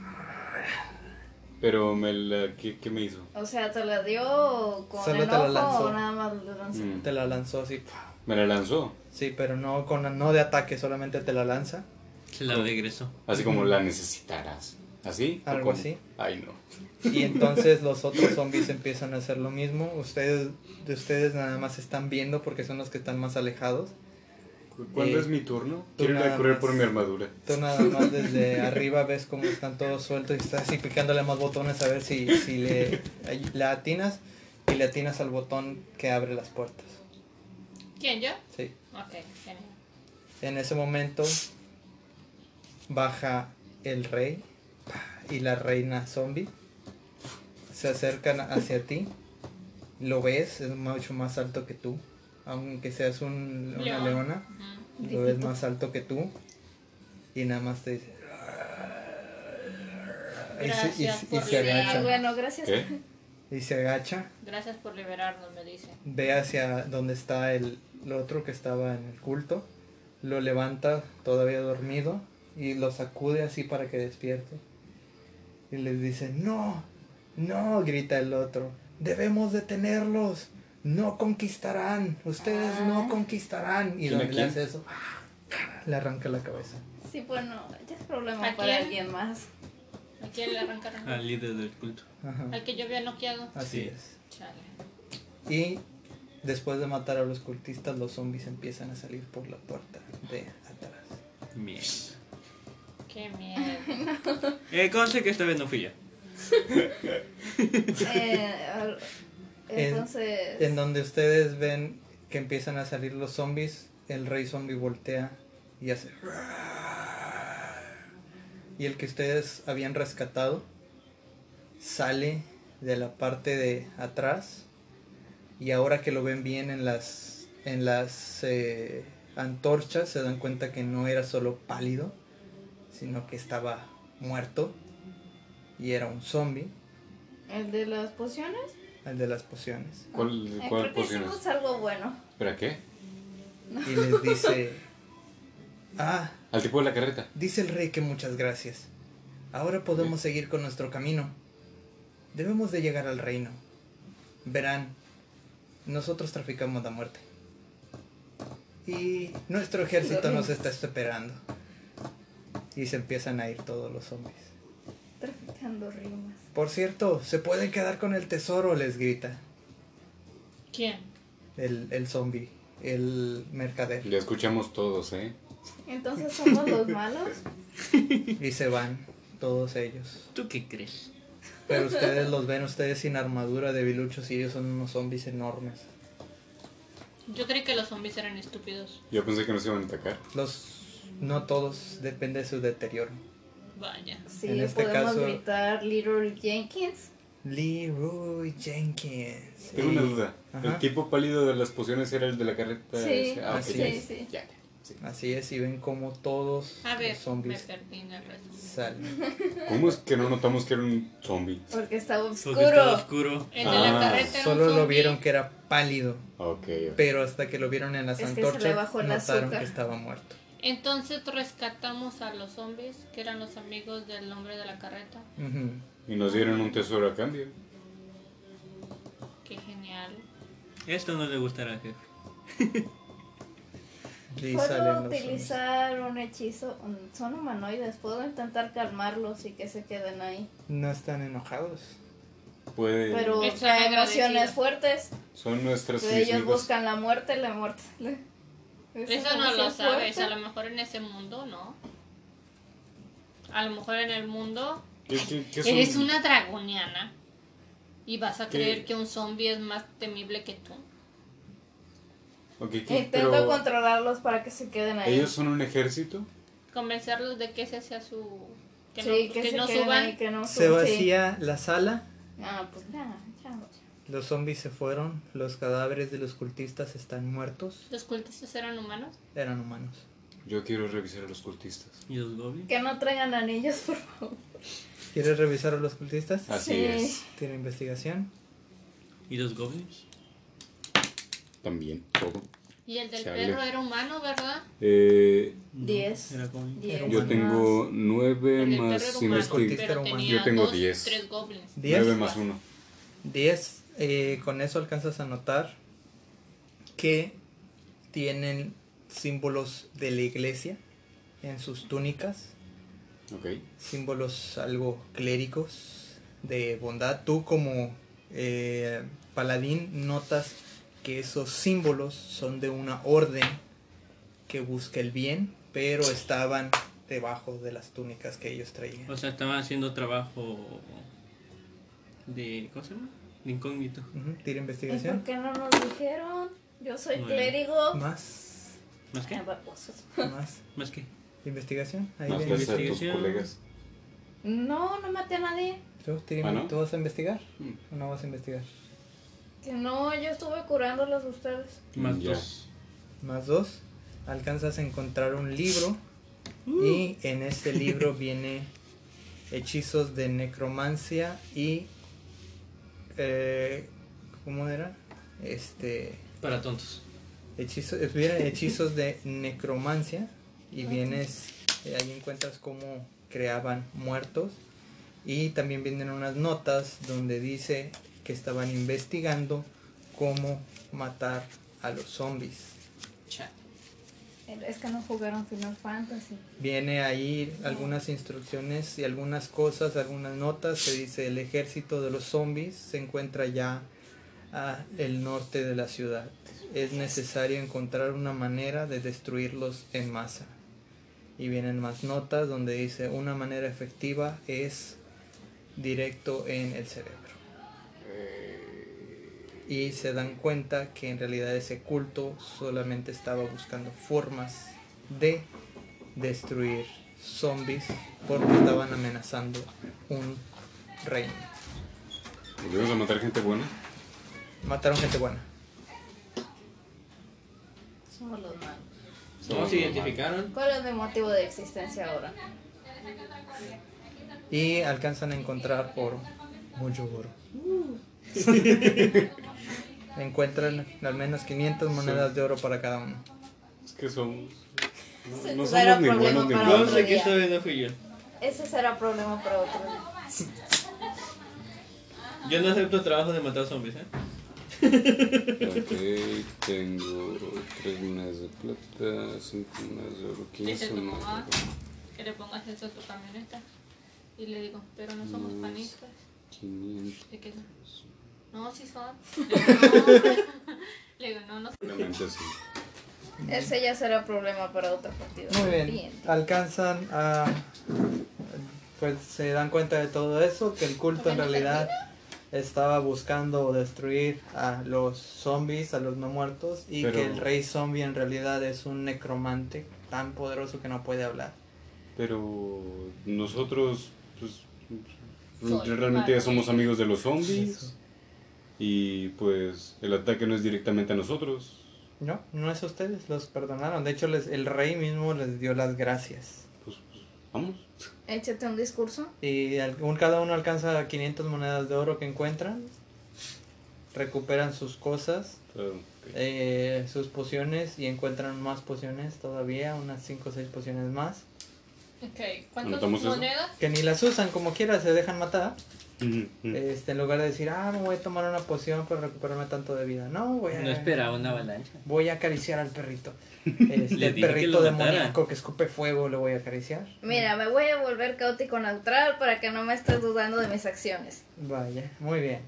S5: Pero me la, ¿qué, qué me hizo?
S2: O sea, ¿te la dio con
S3: Solo
S2: el
S3: te la
S2: ojo
S3: lanzó.
S2: o nada más lo lanzó?
S5: Mm.
S3: Te la lanzó así.
S5: Me la lanzó.
S3: Sí, pero no, con, no de ataque, solamente te la lanza.
S4: Se la regresó.
S5: Así como la necesitarás. ¿Así? ¿O
S3: Algo
S5: cómo?
S3: así.
S5: Ay, no.
S3: Y entonces los otros zombies empiezan a hacer lo mismo. Ustedes, de ustedes nada más están viendo porque son los que están más alejados.
S5: ¿Cuándo
S3: Eh,
S5: es mi turno?
S3: tú
S5: Quiero ir
S3: nada
S5: a correr
S3: más.
S5: por mi armadura.
S3: Tú nada más desde arriba ves cómo están todos sueltos y estás así picándole más botones a ver si, si le, la atinas y le atinas al botón que abre las puertas.
S1: ¿Quién? ¿Yo?
S3: Sí.
S1: Ok, genial.
S3: En ese momento baja el rey y la reina zombie. Se acercan hacia ti. Lo ves, es mucho más alto que tú. aunque seas un- una
S1: León.
S3: leona,
S1: Ujú.
S3: lo ves más alto que tú y nada más te dice. Y se, y-
S1: Gracias
S3: y
S1: por
S3: se
S1: liberarme.
S3: agacha.
S2: Bueno, gracias.
S5: ¿Qué?
S3: Y se agacha,
S1: Gracias por liberarnos, me dice.
S3: ve hacia donde está el, el otro que estaba en el culto, lo levanta todavía dormido y lo sacude así para que despierte. Y les dice, no, no, grita el otro, debemos detenerlos, no conquistarán, ustedes
S1: Ah.
S3: no conquistarán. Y
S5: ¿Quién a
S3: donde le
S5: quién?
S3: hace eso, ¡ah! le arranca la cabeza.
S2: Sí, bueno, ya es problema
S1: ¿A
S2: para
S1: quién?
S2: alguien más.
S1: ¿A quién le arrancaron?
S4: Al líder del culto.
S3: Ajá,
S1: Al que yo había noqueado.
S3: Así
S4: Sí.
S3: es.
S1: Chale.
S3: Y después de matar a los cultistas, los zombies empiezan a salir por la puerta de atrás.
S4: Mierda.
S1: Qué miedo.
S4: Eh, conste que esta vez no fui yo.
S2: Eh, al-
S3: En-
S2: entonces,
S3: En donde ustedes ven que empiezan a salir los zombies, el rey zombie voltea y hace. Y el que ustedes habían rescatado sale de la parte de atrás. Y ahora que lo ven bien en las, en las eh, antorchas, se dan cuenta que no era solo pálido, sino que estaba muerto y era un zombie,
S2: el de las pociones.
S3: el de las pociones.
S5: ¿Cuál,
S2: Eh,
S5: cuál
S2: creo que
S5: poción
S2: hicimos algo bueno.
S5: ¿Espera qué?
S3: y les dice, ah,
S5: Al tipo de la carreta.
S3: dice el rey que muchas gracias. Ahora podemos seguir con nuestro camino. Debemos de llegar al reino. Verán, nosotros traficamos la muerte. Y nuestro ejército nos está esperando. Y se empiezan a ir todos los zombies.
S2: Traficando rimas.
S3: Por cierto, se pueden quedar con el tesoro, les grita
S1: ¿Quién?
S3: el, el zombie, el mercader.
S5: Lo escuchamos todos, ¿eh?
S2: Entonces somos los malos.
S3: Y se van todos ellos.
S4: ¿Tú qué crees?
S3: Pero ustedes los ven ustedes sin armadura de biluchos y ellos son unos zombies enormes.
S1: Yo creí que los zombies eran estúpidos.
S5: Yo pensé que nos iban a atacar.
S3: Los no todos depende de su deterioro.
S1: Vaya.
S2: Sí,
S3: En este
S2: podemos
S3: caso-
S2: gritar Little Jenkins.
S3: Leroy Jenkins.
S5: Tengo
S3: Y-
S5: una duda.
S3: Ajá.
S5: ¿El tipo pálido de las pociones era el de la carreta?
S2: Sí,
S5: ese? Ah, ok,
S3: así
S5: ya.
S2: es. Sí, sí.
S5: Ya, ya, sí.
S3: Así es, y ven como todos
S1: A ver,
S3: los
S1: me
S3: zombies
S1: perdí en el resumen.
S3: salen.
S5: ¿Cómo es que no notamos que era un zombie?
S2: Porque estaba
S4: Porque estaba
S2: oscuro.
S4: oscuro.
S1: El de la
S5: Ah,
S1: carreta era un
S3: Solo lo
S1: zombie.
S3: vieron que era pálido,
S5: Ok.
S3: pero hasta que lo vieron en las
S2: Es que se le
S3: antorchas
S2: bajó el
S3: notaron
S2: azúcar.
S3: que estaba muerto.
S1: Entonces rescatamos a los zombies, que eran los amigos del hombre de la carreta.
S3: Ujú.
S5: Y nos dieron un tesoro a cambio.
S1: Qué genial.
S4: Esto no le gustará al jefe.
S3: Y salen
S2: Puedo
S3: los zombies.
S2: utilizar un hechizo. un- Son humanoides. Puedo intentar calmarlos y que se queden ahí.
S3: No están enojados.
S5: Puede...
S2: Pero
S1: Estoy
S2: trae emociones
S1: agradecida.
S2: fuertes.
S5: Son nuestras
S2: Pero ellos
S5: mismas-
S2: buscan la muerte, la muerte. la- Esa
S1: Eso no lo
S2: emoción
S1: sabes,
S2: fuerte.
S1: a lo mejor en ese mundo no. A lo mejor en el mundo
S5: ¿Qué- qué- qué son?
S1: eres una dragoniana y vas a
S5: ¿Qué?
S1: creer que un zombie es más temible que tú.
S5: Ok, ¿qué-
S2: Intento
S5: pero
S2: controlarlos para que se queden ahí.
S5: ¿Ellos son un ejército?
S1: Convencerlos de que ese sea su... Que
S2: sí,
S1: no,
S2: que,
S1: que
S2: se
S1: no
S2: queden
S1: suban.
S2: ahí, que no
S3: Se
S2: suban, sí.
S3: vacía la sala
S2: Ah, pues nada, ya.
S3: Los zombies se fueron, los cadáveres de los cultistas están muertos,
S1: ¿Los cultistas eran humanos?
S3: eran humanos.
S5: Yo quiero revisar a los cultistas.
S4: ¿Y los goblins?
S2: Que no traigan anillos, por favor.
S3: ¿Quieres revisar a los cultistas?
S5: Así
S2: Sí.
S5: es.
S3: Tiene investigación.
S4: ¿Y los goblins?
S5: También, todo.
S1: Y el del
S5: Chale.
S1: perro era humano, ¿verdad?
S5: Eh,
S4: No,
S2: Diez.
S4: Era goblin.
S2: Diez
S5: yo
S3: Humanos.
S5: tengo nueve
S1: El del perro
S5: más
S1: era humano,
S5: investigación.
S3: investiga-
S1: pero tenía
S5: Yo tengo
S1: dos,
S5: diez.
S1: tres goblins.
S3: Diez.
S5: Nueve más uno.
S3: 10. eh, con eso alcanzas a notar que tienen símbolos de la iglesia en sus túnicas,
S5: Ok.
S3: símbolos algo cléricos de bondad. Tú como eh, paladín notas que esos símbolos son de una orden que busca el bien, pero estaban debajo de las túnicas que ellos traían.
S4: O sea, estaban haciendo trabajo de... ¿Cómo se llama? De incógnito.
S3: Ujú,
S2: ¿Y
S3: Tira
S2: por
S3: investigación.
S2: qué no nos dijeron? Yo soy
S4: Bueno.
S2: clérigo.
S3: Más,
S4: ¿Más
S2: Eh,
S4: qué?
S2: babosos.
S3: más.
S4: ¿Más qué?
S3: Investigación. Ahí
S5: Más
S3: ven.
S5: las a tus
S4: investigación.
S5: colegas.
S2: No, no maté a nadie.
S3: ¿Tú, Tiri,
S5: Ah, ¿no?
S3: ¿tú vas a investigar
S5: Mm.
S3: o no vas a investigar?
S2: Que no, yo estuve curándolas a ustedes.
S4: Más
S5: Ya.
S4: dos.
S3: Más dos. Alcanzas a encontrar un libro. Y en este libro viene hechizos de necromancia y. eh, ¿Cómo era? Este.
S4: Para tontos.
S3: Hechizos, viene hechizos de necromancia. Y vienes. eh, ahí encuentras cómo creaban muertos. Y también vienen unas notas donde dice que estaban investigando cómo matar a los zombies.
S4: Chat.
S2: Es que no jugaron Final Fantasy.
S3: Viene ahí algunas instrucciones y algunas cosas, algunas notas. Se dice el ejército de los zombies se encuentra ya al norte de la ciudad. Es necesario encontrar una manera de destruirlos en masa. Y vienen más notas donde dice una manera efectiva es directo en el cerebro. Y se dan cuenta que en realidad ese culto solamente estaba buscando formas de destruir zombies porque estaban amenazando un reino.
S5: ¿Volvemos a matar gente buena?
S3: Mataron gente buena.
S2: Somos los malos.
S4: No
S5: Somos
S4: se
S5: normal.
S4: identificaron.
S2: ¿Cuál es mi motivo de existencia ahora?
S3: Y alcanzan a encontrar oro. Mucho oro. Encuentran al menos 500 monedas de oro para cada uno.
S5: Es que somos.
S1: pues,
S5: No, no
S2: Era
S5: somos ni
S2: problema
S5: buenos ni
S2: para
S4: No
S5: malos.
S4: sé que esta vez no fui yo.
S2: Ese será problema para otro.
S4: Yo no acepto trabajo de matar zombies, ¿eh?
S5: Ok, tengo tres monedas de plata, cinco monedas de oro,
S1: Dice
S5: 15
S1: tu mamá
S5: monedas.
S1: que le pongas eso a tu camioneta. Y le digo, pero no somos
S5: Mm.
S1: panistas.
S5: 500.
S1: Se queda, No, sí son. Le digo, no, no.
S5: Realmente así.
S2: Ese ya será problema para otra partida.
S3: Muy bien. Alcanzan a... Pues se dan cuenta de todo eso, que el culto en realidad estaba buscando destruir a los zombies, a los no muertos, y
S5: Pero-
S3: que el rey zombie en realidad es un necromante tan poderoso que no puede hablar.
S5: Pero nosotros, pues,
S1: Soy
S5: realmente ya
S1: parte.
S5: somos amigos de los zombies. Y pues, el ataque no es directamente a nosotros.
S3: No, no es a ustedes, los perdonaron. De hecho, les, el rey mismo les dio las gracias.
S5: Pues, pues, vamos.
S2: Échate un discurso.
S3: Y algún, cada uno alcanza 500 monedas de oro que encuentran. Recuperan sus cosas,
S5: Claro, ok.
S3: eh, sus pociones y encuentran más pociones todavía, unas 5 o 6 pociones más.
S1: Ok, ¿cuántas
S5: ¿Anotamos eso?
S1: monedas?
S3: Que ni las usan, como quiera, se dejan matar.
S5: Ujú,
S4: Mm.
S5: ujú.
S3: Este, en lugar de decir, ah, me voy a tomar una poción para recuperarme tanto de vida. No, voy a,
S4: No esperaba una avalancha.
S3: voy a acariciar al perrito. Este,
S4: Le
S3: el
S4: dije que
S3: perrito
S4: lo matara.
S3: demoníaco que escupe fuego lo voy a acariciar.
S2: Mira, me voy a volver caótico neutral para que no me estés dudando de mis acciones.
S3: Vaya, muy bien.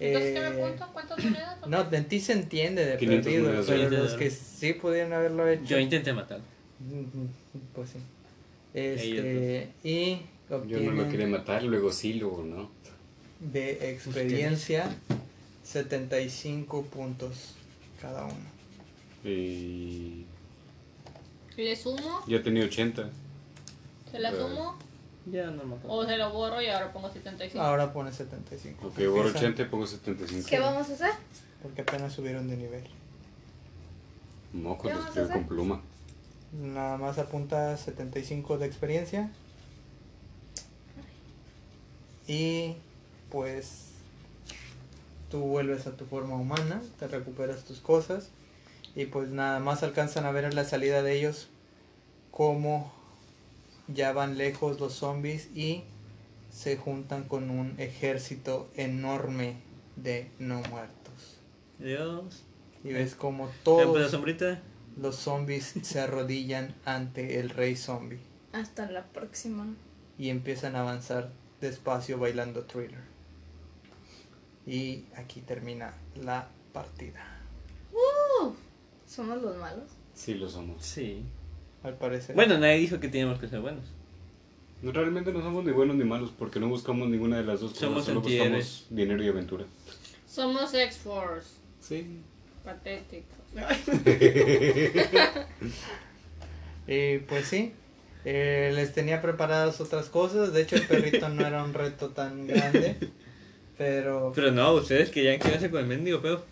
S1: Entonces, ¿qué me
S3: Eh,
S1: apunto? ¿Cuántas monedas?
S3: No, de ti se entiende de
S5: 500
S3: perdido,
S5: monedas de
S3: pero
S4: oro.
S3: los que sí pudieron haberlo hecho,
S4: Yo intenté matarlo.
S3: mm, pues sí.
S4: Ellos
S3: Este, y
S5: Yo no lo
S3: obtienen
S5: quería matar, luego sí, luego no.
S3: de experiencia 75 puntos cada uno.
S5: Y
S1: ¿Le sumo?
S5: ya tenía 80.
S1: ¿Se la
S5: Eh.
S1: sumo?
S4: Ya no me acuerdo.
S1: ¿O se lo borro y ahora pongo 75?
S3: Ahora pone 75.
S5: Ok, borro
S3: Empiezan,
S5: 80 y pongo 75.
S2: ¿Qué vamos a hacer?
S3: Porque apenas subieron de nivel.
S5: Moco,
S2: ¿Qué
S5: lo
S2: vamos a
S5: escribo
S2: hacer?
S5: con pluma.
S3: Nada más apunta 75 de experiencia. Y pues tú vuelves a tu forma humana, te recuperas tus cosas. Y pues nada más alcanzan a ver en la salida de ellos cómo ya van lejos los zombies y se juntan con un ejército enorme de no muertos.
S4: Dios.
S3: Y ves como
S4: ¿Ya puedo
S3: todos
S4: sombrita?
S3: los zombies se arrodillan ante el rey zombie.
S2: Hasta la próxima.
S3: y empiezan a avanzar despacio bailando thriller. Y aquí termina la partida.
S2: Somos los malos.
S5: Sí, lo somos.
S4: Sí.
S3: Al parecer.
S4: Bueno, nadie dijo que teníamos que ser buenos.
S5: No, realmente no somos ni buenos ni malos porque no buscamos ninguna de las dos cosas.
S4: Somos
S5: solo
S4: antihéroes.
S5: buscamos dinero y aventura.
S1: Somos X-Force.
S5: Sí.
S1: Patético.
S3: Y pues sí. eh, les tenía preparadas otras cosas. De hecho, el perrito no era un reto tan grande. Pero
S4: Pero no, ustedes querían quedarse con el mendigo pedo.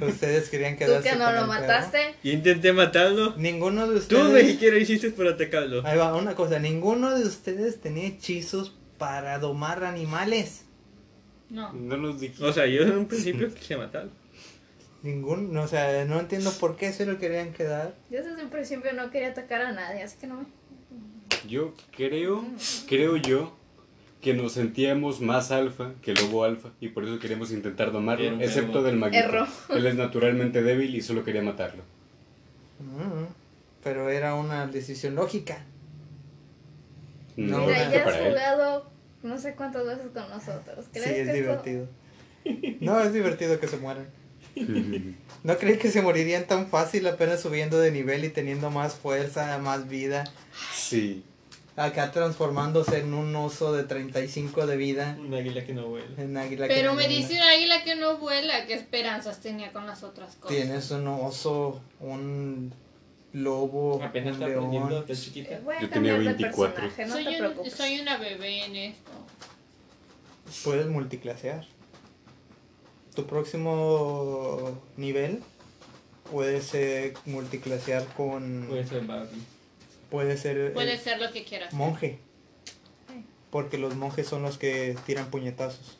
S3: ustedes querían
S2: Tú
S3: quedarse
S2: que no
S3: con
S2: lo
S3: el perro.
S2: mataste.
S4: Yo intenté matarlo.
S3: Ninguno de
S4: Tú,
S3: ustedes.
S4: mexicano, hiciste por atacarlo.
S3: Ahí va, una cosa. Ninguno de ustedes tenía hechizos para domar animales.
S1: No.
S5: No nos dijiste.
S4: O sea, yo en un principio quise matarlo.
S3: Ningún, no, o sea, no entiendo por qué se lo querían quedar.
S2: Yo desde un principio no quería atacar a nadie, así que no me.
S5: Yo creo, creo yo, que nos sentíamos más alfa que lobo alfa y por eso queremos intentar
S4: Era
S5: domarlo,
S4: un
S5: excepto
S4: verbo.
S5: del maguito.
S2: Error.
S5: Él es naturalmente débil y solo quería matarlo.
S3: Mm, pero era una decisión lógica.
S5: No,
S3: No,
S2: Mira,
S3: no.
S2: ya has
S5: para él.
S2: jugado no sé cuántas veces con nosotros.
S3: Sí,
S2: ¿Crees que
S3: es
S2: esto-
S3: divertido. No, es divertido que se mueran.
S5: Ujú.
S3: ¿No crees que se morirían tan fácil apenas subiendo de nivel y teniendo más fuerza, más vida?
S5: Sí.
S3: Acá transformándose en un oso de 35 de vida.
S4: Un águila que no vuela.
S3: En águila que
S1: Pero
S3: no
S1: me
S3: vuela.
S1: dice un águila que no vuela, ¿qué esperanzas tenía con las otras cosas?
S3: Tienes un oso, un lobo,
S4: Apenas
S3: un
S4: está aprendiendo,
S3: león.
S4: está
S2: Eh,
S4: chiquita.
S2: Voy a
S5: Yo tenía
S2: cambiar
S5: 24.
S2: de personaje, no
S1: soy,
S2: te
S1: un-
S2: preocupes.
S1: soy una bebé en esto.
S3: Puedes multiclasear. Tu próximo nivel puedes eh, multiclasear
S1: Mm.
S3: con...
S4: Puede ser Barbie.
S3: Puede ser eh,
S1: Puede ser lo que quieras.
S3: monje. Porque los monjes son los que tiran puñetazos.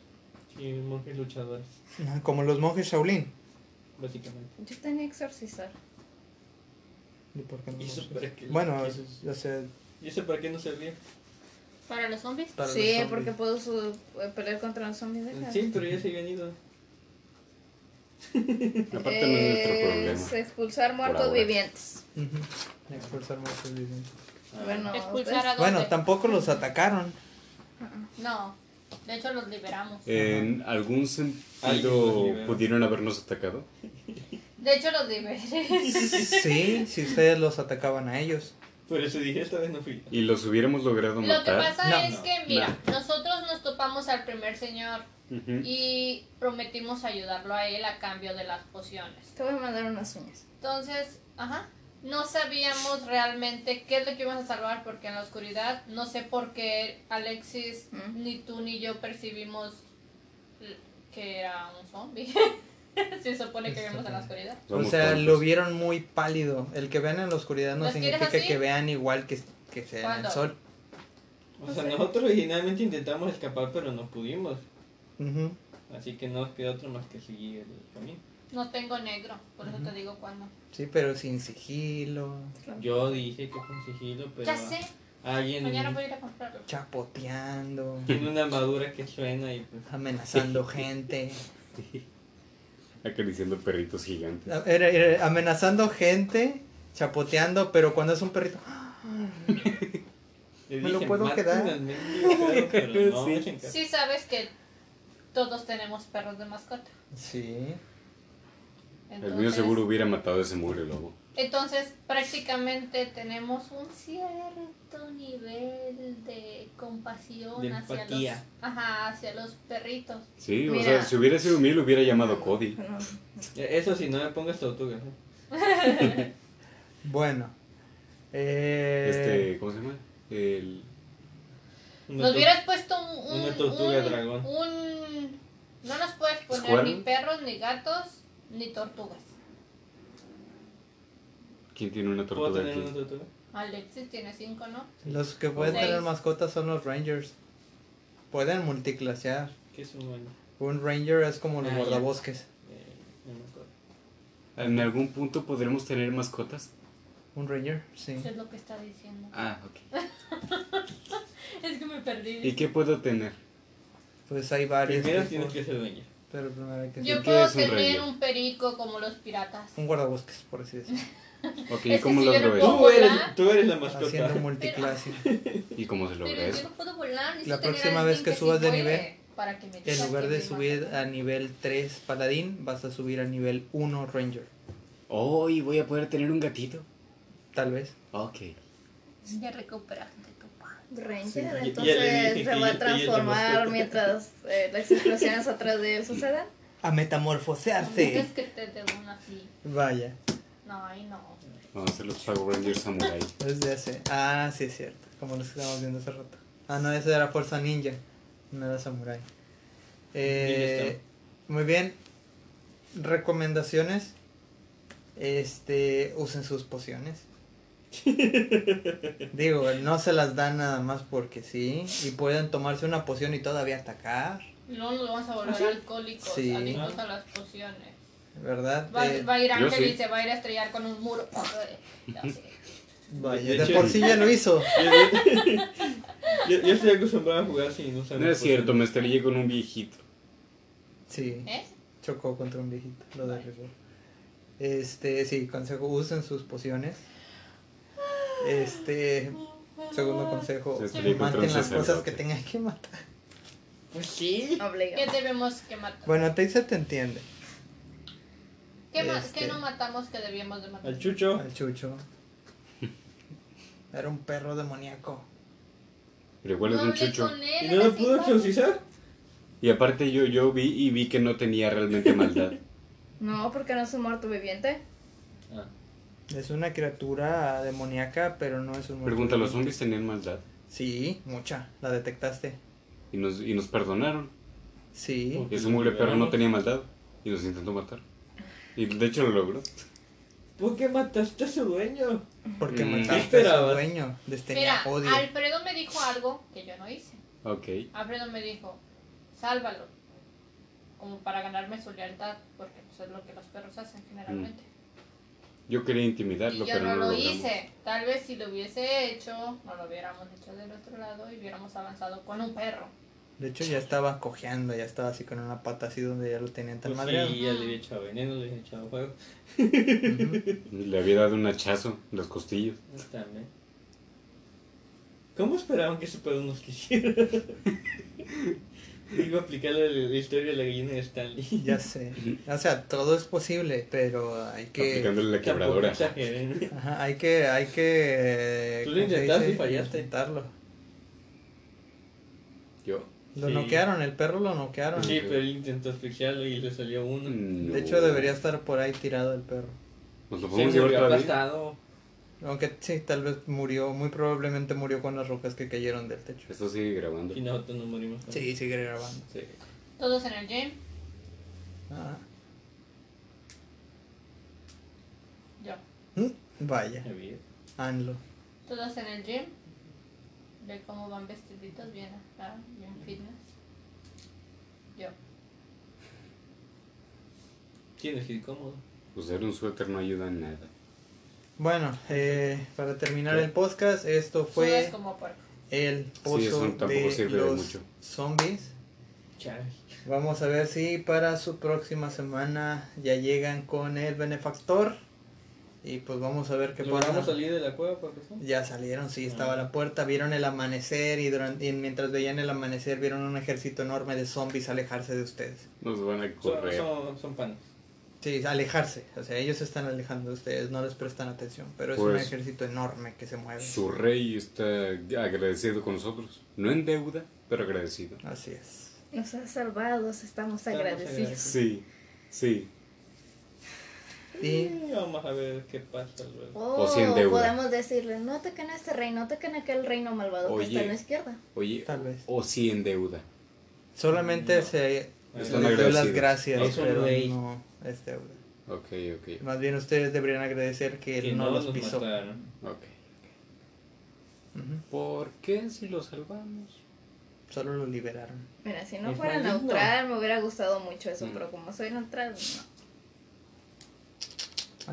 S4: Sí, monjes luchadores,
S3: Como los monjes Shaolin.
S4: básicamente.
S2: Yo tenía exorcizar.
S3: ¿Y por qué no
S4: ¿Y eso
S3: los-
S4: para qué?
S3: Bueno, es- es- o sea,
S4: ¿Y eso para qué no servía?
S1: Para los zombies.
S3: para los
S2: Sí,
S3: zombies.
S2: porque puedo su- eh, pelear contra los zombies de cara.
S4: Sí, pero ya se habían ido.
S5: Aparte no es nuestro
S2: Eh,
S5: problema.
S2: expulsar muertos
S5: ahora.
S2: vivientes.
S3: Ujú. Expulsar monjes vivientes.
S4: Ah,
S2: Bueno,
S1: Expulsar a
S3: Bueno,
S1: dónde?
S3: tampoco los atacaron.
S1: No. De hecho, los liberamos.
S5: Eh. En algún
S4: Alguien nos
S5: sentido
S4: libera.
S5: pudieron habernos atacado.
S1: De hecho, los liberé.
S3: Sí, si ustedes los atacaban a ellos.
S4: Por eso dije, esta vez no fui.
S5: Y los hubiéramos logrado
S1: Lo que
S5: matar.
S1: pasa
S3: No,
S1: es
S4: no,
S1: que, mira, nosotros nos topamos al primer señor
S5: Ujú.
S1: y prometimos ayudarlo a él a cambio de las pociones.
S2: te voy a mandar unas uñas.
S1: Entonces, ajá, no sabíamos realmente qué es lo que íbamos a salvar porque en la oscuridad, no sé por qué Alexis,
S2: Mm.
S1: ni tú ni yo percibimos l- que era un zombie. Se supone que vimos en la oscuridad.
S5: Somos
S3: o sea,
S5: tontos.
S3: lo vieron muy pálido. El que vean en la oscuridad no
S1: ¿Los quieres
S3: significa
S1: así?
S3: que vean igual que, que sea en
S1: ¿Cuándo?
S3: el sol.
S4: O sea, nosotros originalmente intentamos escapar, pero no pudimos.
S3: Ujú.
S4: Así que no nos queda otro más que seguir el camino.
S1: No tengo negro, por eso
S3: Ujú.
S1: te digo cuándo.
S3: Sí, pero sin sigilo,
S4: Yo dije que con sigilo, pero
S1: ya sé,
S4: alguien
S1: mañana voy a ir a comprarlo.
S3: chapoteando,
S4: tiene una armadura que suena y pues...
S3: amenazando gente.
S5: Acariciando perritos gigantes.
S3: A- era- era amenazando gente, chapoteando, pero cuando es un perrito... ¡ah!
S4: le
S3: Me lo
S4: dije,
S3: puedo
S4: "Maten
S3: quedar".
S4: al mendigo perro, pero no
S5: Sí.
S4: me hacen caso.
S1: Sí sabes que todos tenemos perros de mascota.
S3: Sí.
S5: El mío seguro hubiera matado a ese mugre lobo.
S1: Entonces, prácticamente tenemos un cierto nivel de compasión
S4: De
S1: hacia los,
S4: empatía.
S1: ajá, hacia los perritos.
S5: Sí, o
S2: Mira.
S5: sea, si hubiera sido mío, lo hubiera llamado Cody.
S2: No,
S4: Eso sí, no me pongas tortuga. ¿eh?
S3: Bueno. Eh,
S5: Este, ¿cómo se llama? El.
S4: Una
S1: Nos
S4: tor-
S1: hubieras puesto un,
S4: una
S1: un-
S4: tortuga
S1: un-
S4: dragón.
S1: un- no nos puedes poner
S5: ¿Squirrel?
S1: ni perros, ni gatos, ni tortugas.
S5: ¿Quién tiene una
S4: ¿Puedo
S5: tortuga
S4: tener
S5: aquí?
S4: una tortuga?
S1: Alexis tiene cinco, ¿no?
S5: Este,
S3: Los que pueden
S1: Seis.
S3: tener mascotas son los rangers. Pueden multiclasear.
S4: ¿Qué es un humano?
S3: Un ranger es como los
S4: Ah, ya.
S3: guardabosques.
S4: Eh, no me acuerdo.
S5: ¿En algún punto podremos tener mascotas?
S3: Un ranger, sí.
S1: Eso es lo que está diciendo.
S5: Ah, ok.
S1: Es que me
S5: ¿Y
S1: perdí.
S5: qué puedo tener?
S3: Pues hay varios.
S4: Primero
S3: tipos,
S4: tienes que ser dueña.
S3: Pero primero hay que
S1: Yo
S5: ¿qué
S1: puedo
S5: es un
S1: tener
S5: ranger?
S1: un perico como los piratas.
S3: Un guardabosques, por así decirlo.
S5: Ok,
S1: Es
S5: ¿y
S1: que
S5: cómo
S1: si yo
S5: logro
S1: no puedo-
S5: eso?
S4: Tú eres,
S1: volar?
S4: tú eres la mascota.
S3: Haciendo multiclase.
S5: ¿Y cómo se logra
S1: Pero yo
S5: eso?
S1: no puedo volar. necesito
S3: La
S1: tener
S3: próxima
S1: alguien
S3: vez que subas
S1: sí
S3: de
S1: vuele
S3: nivel,
S1: para que me
S3: En
S1: diga
S3: lugar
S1: quién
S3: de
S1: me
S3: subir
S1: mata.
S3: a nivel 3 paladín, vas a subir a nivel 1 ranger.
S5: Oh, y voy a poder tener un gatito.
S3: Tal vez.
S5: Ok.
S1: Ya recuperaste tu pan.
S2: Ranger,
S4: Sí, ya- ya le dije
S2: entonces
S4: que
S2: se va
S4: yo-
S2: a
S4: que ella es la
S2: transformar
S4: mascota.
S2: mientras eh, las explosiones atrás de él sucedan.
S3: A metamorfosearse.
S1: Es que te debo una así.
S3: Vaya.
S1: No, ahí no.
S5: Vamos a hacer los Power Rangers Samurai.
S3: Desde hace. Ah, sí, es cierto. Como los que estábamos viendo hace rato. Ah, no, esa era Fuerza Ninja. No era Samurai. Eh, muy bien. Recomendaciones. Este, usen sus pociones. Digo, no se las dan nada más porque sí. Y pueden tomarse una poción y todavía atacar,
S1: No nos vamos a volver alcohólicos,
S3: ¿Ah, Sí.
S1: adictos a las pociones.
S3: ¿verdad?
S1: Va,
S3: Eh,
S1: va a ir
S5: yo
S1: Ángel y
S5: sí.
S1: se va a ir a estrellar con un muro. Así.
S3: vaya,
S4: De
S3: de
S4: hecho,
S3: por
S4: sí.
S3: sí ya lo hizo.
S4: Yo, yo estoy acostumbrado a jugar sin usar
S5: No
S4: la
S5: es cierto,
S4: poción.
S5: me estrellé con un viejito.
S3: Sí,
S1: ¿Eh?
S3: chocó contra un viejito, lo de Este, sí, consejo, usen sus pociones. Este, segundo consejo,
S5: Se estrelló contra un
S3: maten las cosas
S5: sacerdote.
S3: que tengan que matar.
S4: Pues sí.
S1: ¿Qué
S2: Obligado.
S1: debemos que matar?
S3: Bueno, Teisa te entiende.
S1: ¿Qué, ma-
S3: este-
S1: qué no matamos que debíamos de matar?
S4: Al chucho.
S3: Al chucho. Era un perro demoníaco.
S5: Pero igual es
S1: no
S5: un
S1: hablé
S5: chucho.
S1: con
S4: ¿Y
S1: él.
S4: no lo
S1: así
S4: pudo
S1: fue.
S4: exorcizar?
S5: Y aparte yo, yo vi y vi que no tenía realmente maldad.
S2: No, porque no es un muerto viviente.
S4: Ah.
S3: Es una criatura demoníaca, pero no es un...
S5: Pregunta, ¿los zombies tenían maldad?
S3: Sí, mucha. La detectaste.
S5: Y nos, y nos perdonaron.
S3: Sí.
S5: Ese mugre perro no tenía maldad. Y nos intentó matar. Y de hecho lo logró.
S4: ¿Por qué mataste a su dueño?
S3: Porque
S5: Mm.
S3: mataste a su
S4: Esperabas.
S3: dueño. Les tenía
S1: Mira,
S3: odio.
S1: Alfredo me dijo algo que yo no hice.
S5: Ok.
S1: Alfredo me dijo, sálvalo. Como para ganarme su lealtad, porque eso es lo que los perros hacen generalmente.
S5: Yo quería
S1: Y
S5: intimidarlo,
S1: yo
S5: pero
S1: no
S5: no Mm. lo
S1: lo
S5: logramos.
S1: hice. Tal vez si lo hubiese hecho, no lo hubiéramos hecho del otro lado y hubiéramos avanzado con un perro.
S3: De hecho, ya estaba cojeando. Ya estaba así con una pata así donde ya lo tenían tan
S4: Pues
S3: madreado.
S4: sí, ya le había echado veneno, le había echado fuego.
S3: Ujú.
S5: Le había dado un hachazo en las costillas.
S4: También. ¿Cómo esperaban que ese pedo nos quisiera? Iba a aplicar la, la historia de la gallina de Stanley.
S3: Ya sé. O sea, todo es posible, pero hay que...
S5: Aplicándole la
S4: Tampoco
S5: quebradora.
S4: exageren.
S3: Ajá, hay que... Hay que... eh,
S4: Tú lo
S3: ¿cómo se
S4: intentaste
S3: dice?
S4: y fallaste.
S3: Intentarlo.
S5: Yo.
S3: Lo
S4: Sí.
S3: noquearon, el perro lo noquearon.
S4: Sí, pero él intentó asfixiarlo y le salió uno.
S5: mm, No.
S3: De hecho, debería estar por ahí tirado el perro.
S5: Nos lo
S4: Se
S5: podemos llevar
S4: murió
S5: todavía.
S4: aplastado.
S3: Aunque sí, tal vez murió, muy probablemente murió con las rocas que cayeron del techo.
S5: Esto sigue grabando.
S4: Y nosotros nos morimos. con
S3: Sí, sigue grabando.
S4: él. Sí.
S1: Todos en el gym,
S3: Ah,
S1: yo.
S3: mm, Vaya,
S4: Está bien.
S3: Anlo.
S1: Todos en el gym. Ve cómo van vestiditos, bien acá, bien fitness. Yo.
S4: Tienes que ir cómodo.
S5: Usar un suéter no ayuda en nada.
S3: Bueno, eh, para terminar el podcast, esto
S1: Sudas
S3: fue
S1: como puerco.
S3: el
S5: Sí,
S3: pozo
S5: eso tampoco
S3: de
S5: sirve de
S3: los
S5: mucho.
S3: zombies.
S4: Chale.
S3: Vamos a ver si para su próxima semana ya llegan con el benefactor. Y pues vamos a ver qué
S4: ¿Logramos
S3: pasa.
S4: salir de la cueva, profesor?
S3: Ya salieron, sí, estaba
S4: Ah.
S3: la puerta, vieron el amanecer y, durante, y mientras veían el amanecer vieron un ejército enorme de zombies alejarse de ustedes.
S5: Nos van a
S4: Son,
S5: correr.
S4: son, son panes.
S3: Sí, alejarse, o sea, ellos se están alejando de ustedes, no les prestan atención, pero es un
S5: Pues-
S3: ejército enorme que se mueve.
S5: Su rey está agradecido con nosotros. No en deuda, pero agradecido.
S3: Así es.
S2: Nos has salvado, estamos agradecidos.
S5: Sí, sí.
S3: Y
S4: Eh, Vamos a ver qué pasa luego.
S2: O
S5: O si en deuda.
S2: Oh, podemos decirle, no toquen a este reino, no toquen a aquel reino malvado que
S5: Oye.
S2: está a la izquierda.
S5: Oye,
S3: Tal vez.
S5: o sí en deuda.
S3: solamente
S4: No.
S3: se les
S4: Están
S3: dio las
S5: agradecidos.
S3: gracias,
S4: Es un
S3: pero
S4: rey.
S3: no este, es deuda.
S5: Ok, ok,
S3: Más bien ustedes deberían agradecer que él
S4: Que
S3: no, los
S4: nos
S3: pisó.
S4: mataron.
S5: ok.
S3: Ujú,
S5: ¿Por qué si lo salvamos?
S3: Solo lo liberaron.
S2: Mira, si no
S4: Es
S2: fuera
S4: maligno.
S2: neutral me hubiera gustado mucho eso,
S5: Mm.
S2: pero como soy neutral, no.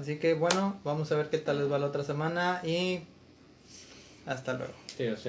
S3: Así que bueno, vamos a ver qué tal les va la otra semana y hasta luego.
S4: Sí, o sea,